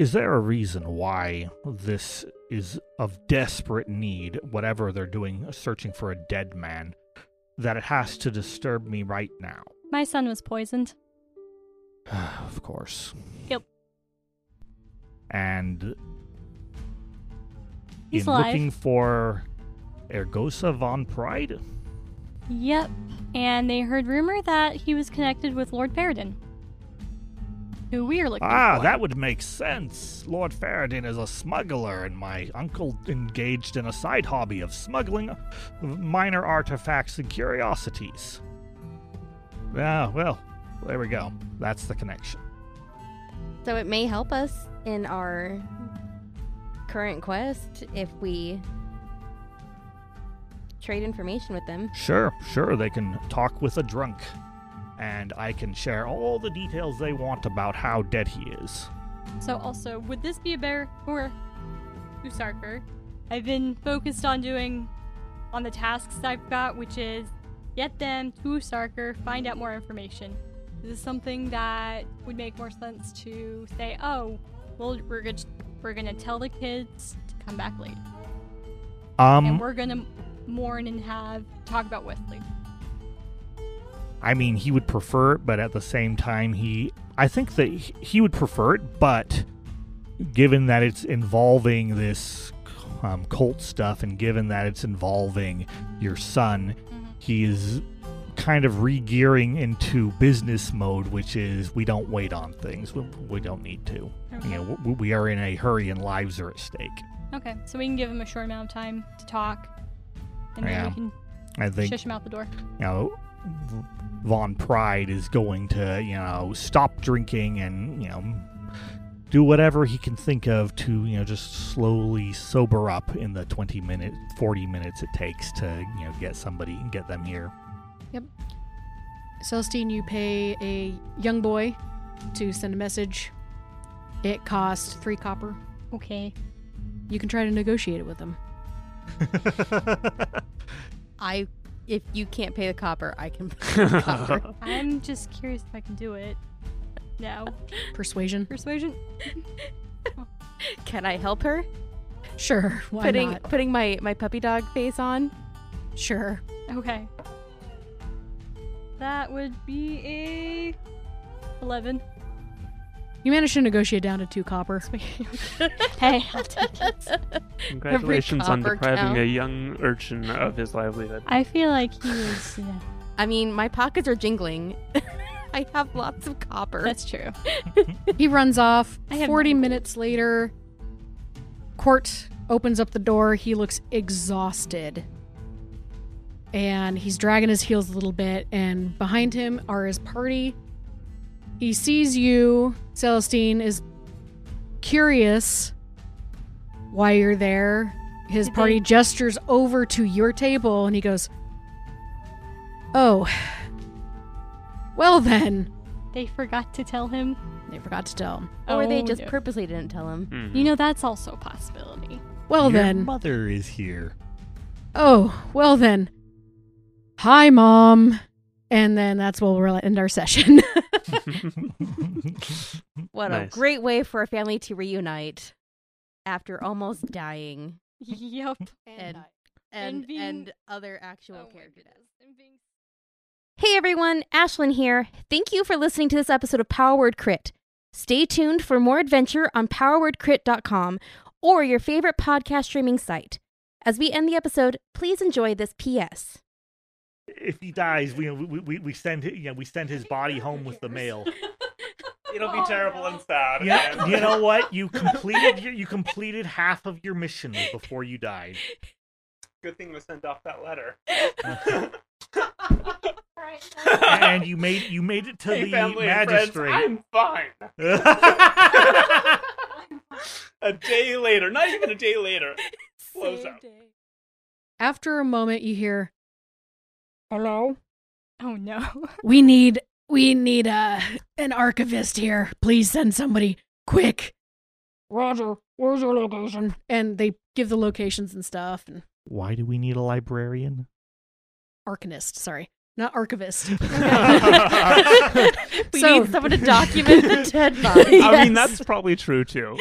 Is there a reason why this is of desperate need, whatever they're doing, searching for a dead man, that it has to disturb me right now?
My son was poisoned.
of course.
Yep.
And
He's
in
alive.
looking for Ergosa von Pride,
Yep. And they heard rumor that he was connected with Lord Paradin, who we are looking
Ah,
for.
that would make sense. Lord Faradin is a smuggler, and my uncle engaged in a side hobby of smuggling minor artifacts and curiosities. Ah, well, there we go. That's the connection.
So it may help us in our current quest if we trade information with them.
Sure, sure, they can talk with a drunk, and I can share all the details they want about how dead he is.
So also, would this be a bear or Usarker? I've been focused on doing on the tasks I've got, which is get them to Usarker, find out more information. Is this something that would make more sense to say, oh, well, we're gonna, we're gonna tell the kids to come back later, and
Um,
we're gonna mourn and have talk about Wesley.
I mean, he would prefer it, but at the same time, he. I think that he he would prefer it, but given that it's involving this um, cult stuff and given that it's involving your son, he is kind of regearing into business mode, which is we don't wait on things. We, we don't need to. You know, we, we are in a hurry and lives are at stake.
Okay, so we can give him a short amount of time to talk, and then
Yeah,
we can
I think
shush him out the door.
you know, Von Pride is going to, you know, stop drinking and, you know, do whatever he can think of to, you know, just slowly sober up in the 20 minute, 40 minutes it takes to, you know, get somebody, get them here.
Celestine, you pay a young boy to send a message. It costs three copper.
Okay.
You can try to negotiate it with him.
I, if you can't pay the copper, I can pay the copper.
I'm just curious if I can do it. No.
Persuasion?
Persuasion?
Can I help her?
Sure. Why
putting
not?
putting my my puppy dog face on.
Sure.
Okay. That would be a 11.
You managed to negotiate down to two copper.
Hey, I'll take it.
Congratulations on
copper
depriving
count.
a young urchin of his livelihood.
I feel like he was. Yeah,
I mean, my pockets are jingling. I have lots of copper.
that's true.
He runs off.
I have
40
no-
minutes later, Court opens up the door. He looks exhausted. And he's dragging his heels a little bit. And behind him are his party. He sees you. Celestine is curious why you're there. His
Did
party
they-
gestures over to your table and he goes, Oh, well then.
They forgot to tell him.
They forgot to tell him.
or they
Oh,
just
no.
purposely didn't tell him.
Hmm.
You know, that's also a possibility.
Well
Your
then.
mother is here.
Oh, well then. Hi, Mom. And then that's where we'll end our session.
What a
Nice.
great way for a family to reunite after almost dying
Yep.
And-
And
and
being-
and other actual
Oh my
character deaths.
goodness, I'm being-
Hey everyone, Ashlyn here. Thank you for listening to this episode of Power Word Crit. Stay tuned for more adventure on powerwordcrit.com or your favorite podcast streaming site. As we end the episode, please enjoy this PS.
If he dies, we, we, we, we send you know, we send his body home with the mail.
It'll be terrible and sad.
Yeah, you know what? You completed your, you completed half of your mission before you died.
Good thing we sent off that letter.
And you made you made it to the magistrate.
I'm fine. a day later, not even a day later. Blows out.
After a moment, you hear, "Hello,
Oh no.
we need we need a an archivist here. Please send somebody quick." Roger, where's your location? And they give the locations and stuff. And
Why do we need a librarian?
arcanist, sorry, not archivist.
we
So-
need someone to document the dead body.
I mean,
Yes.
that's probably true too.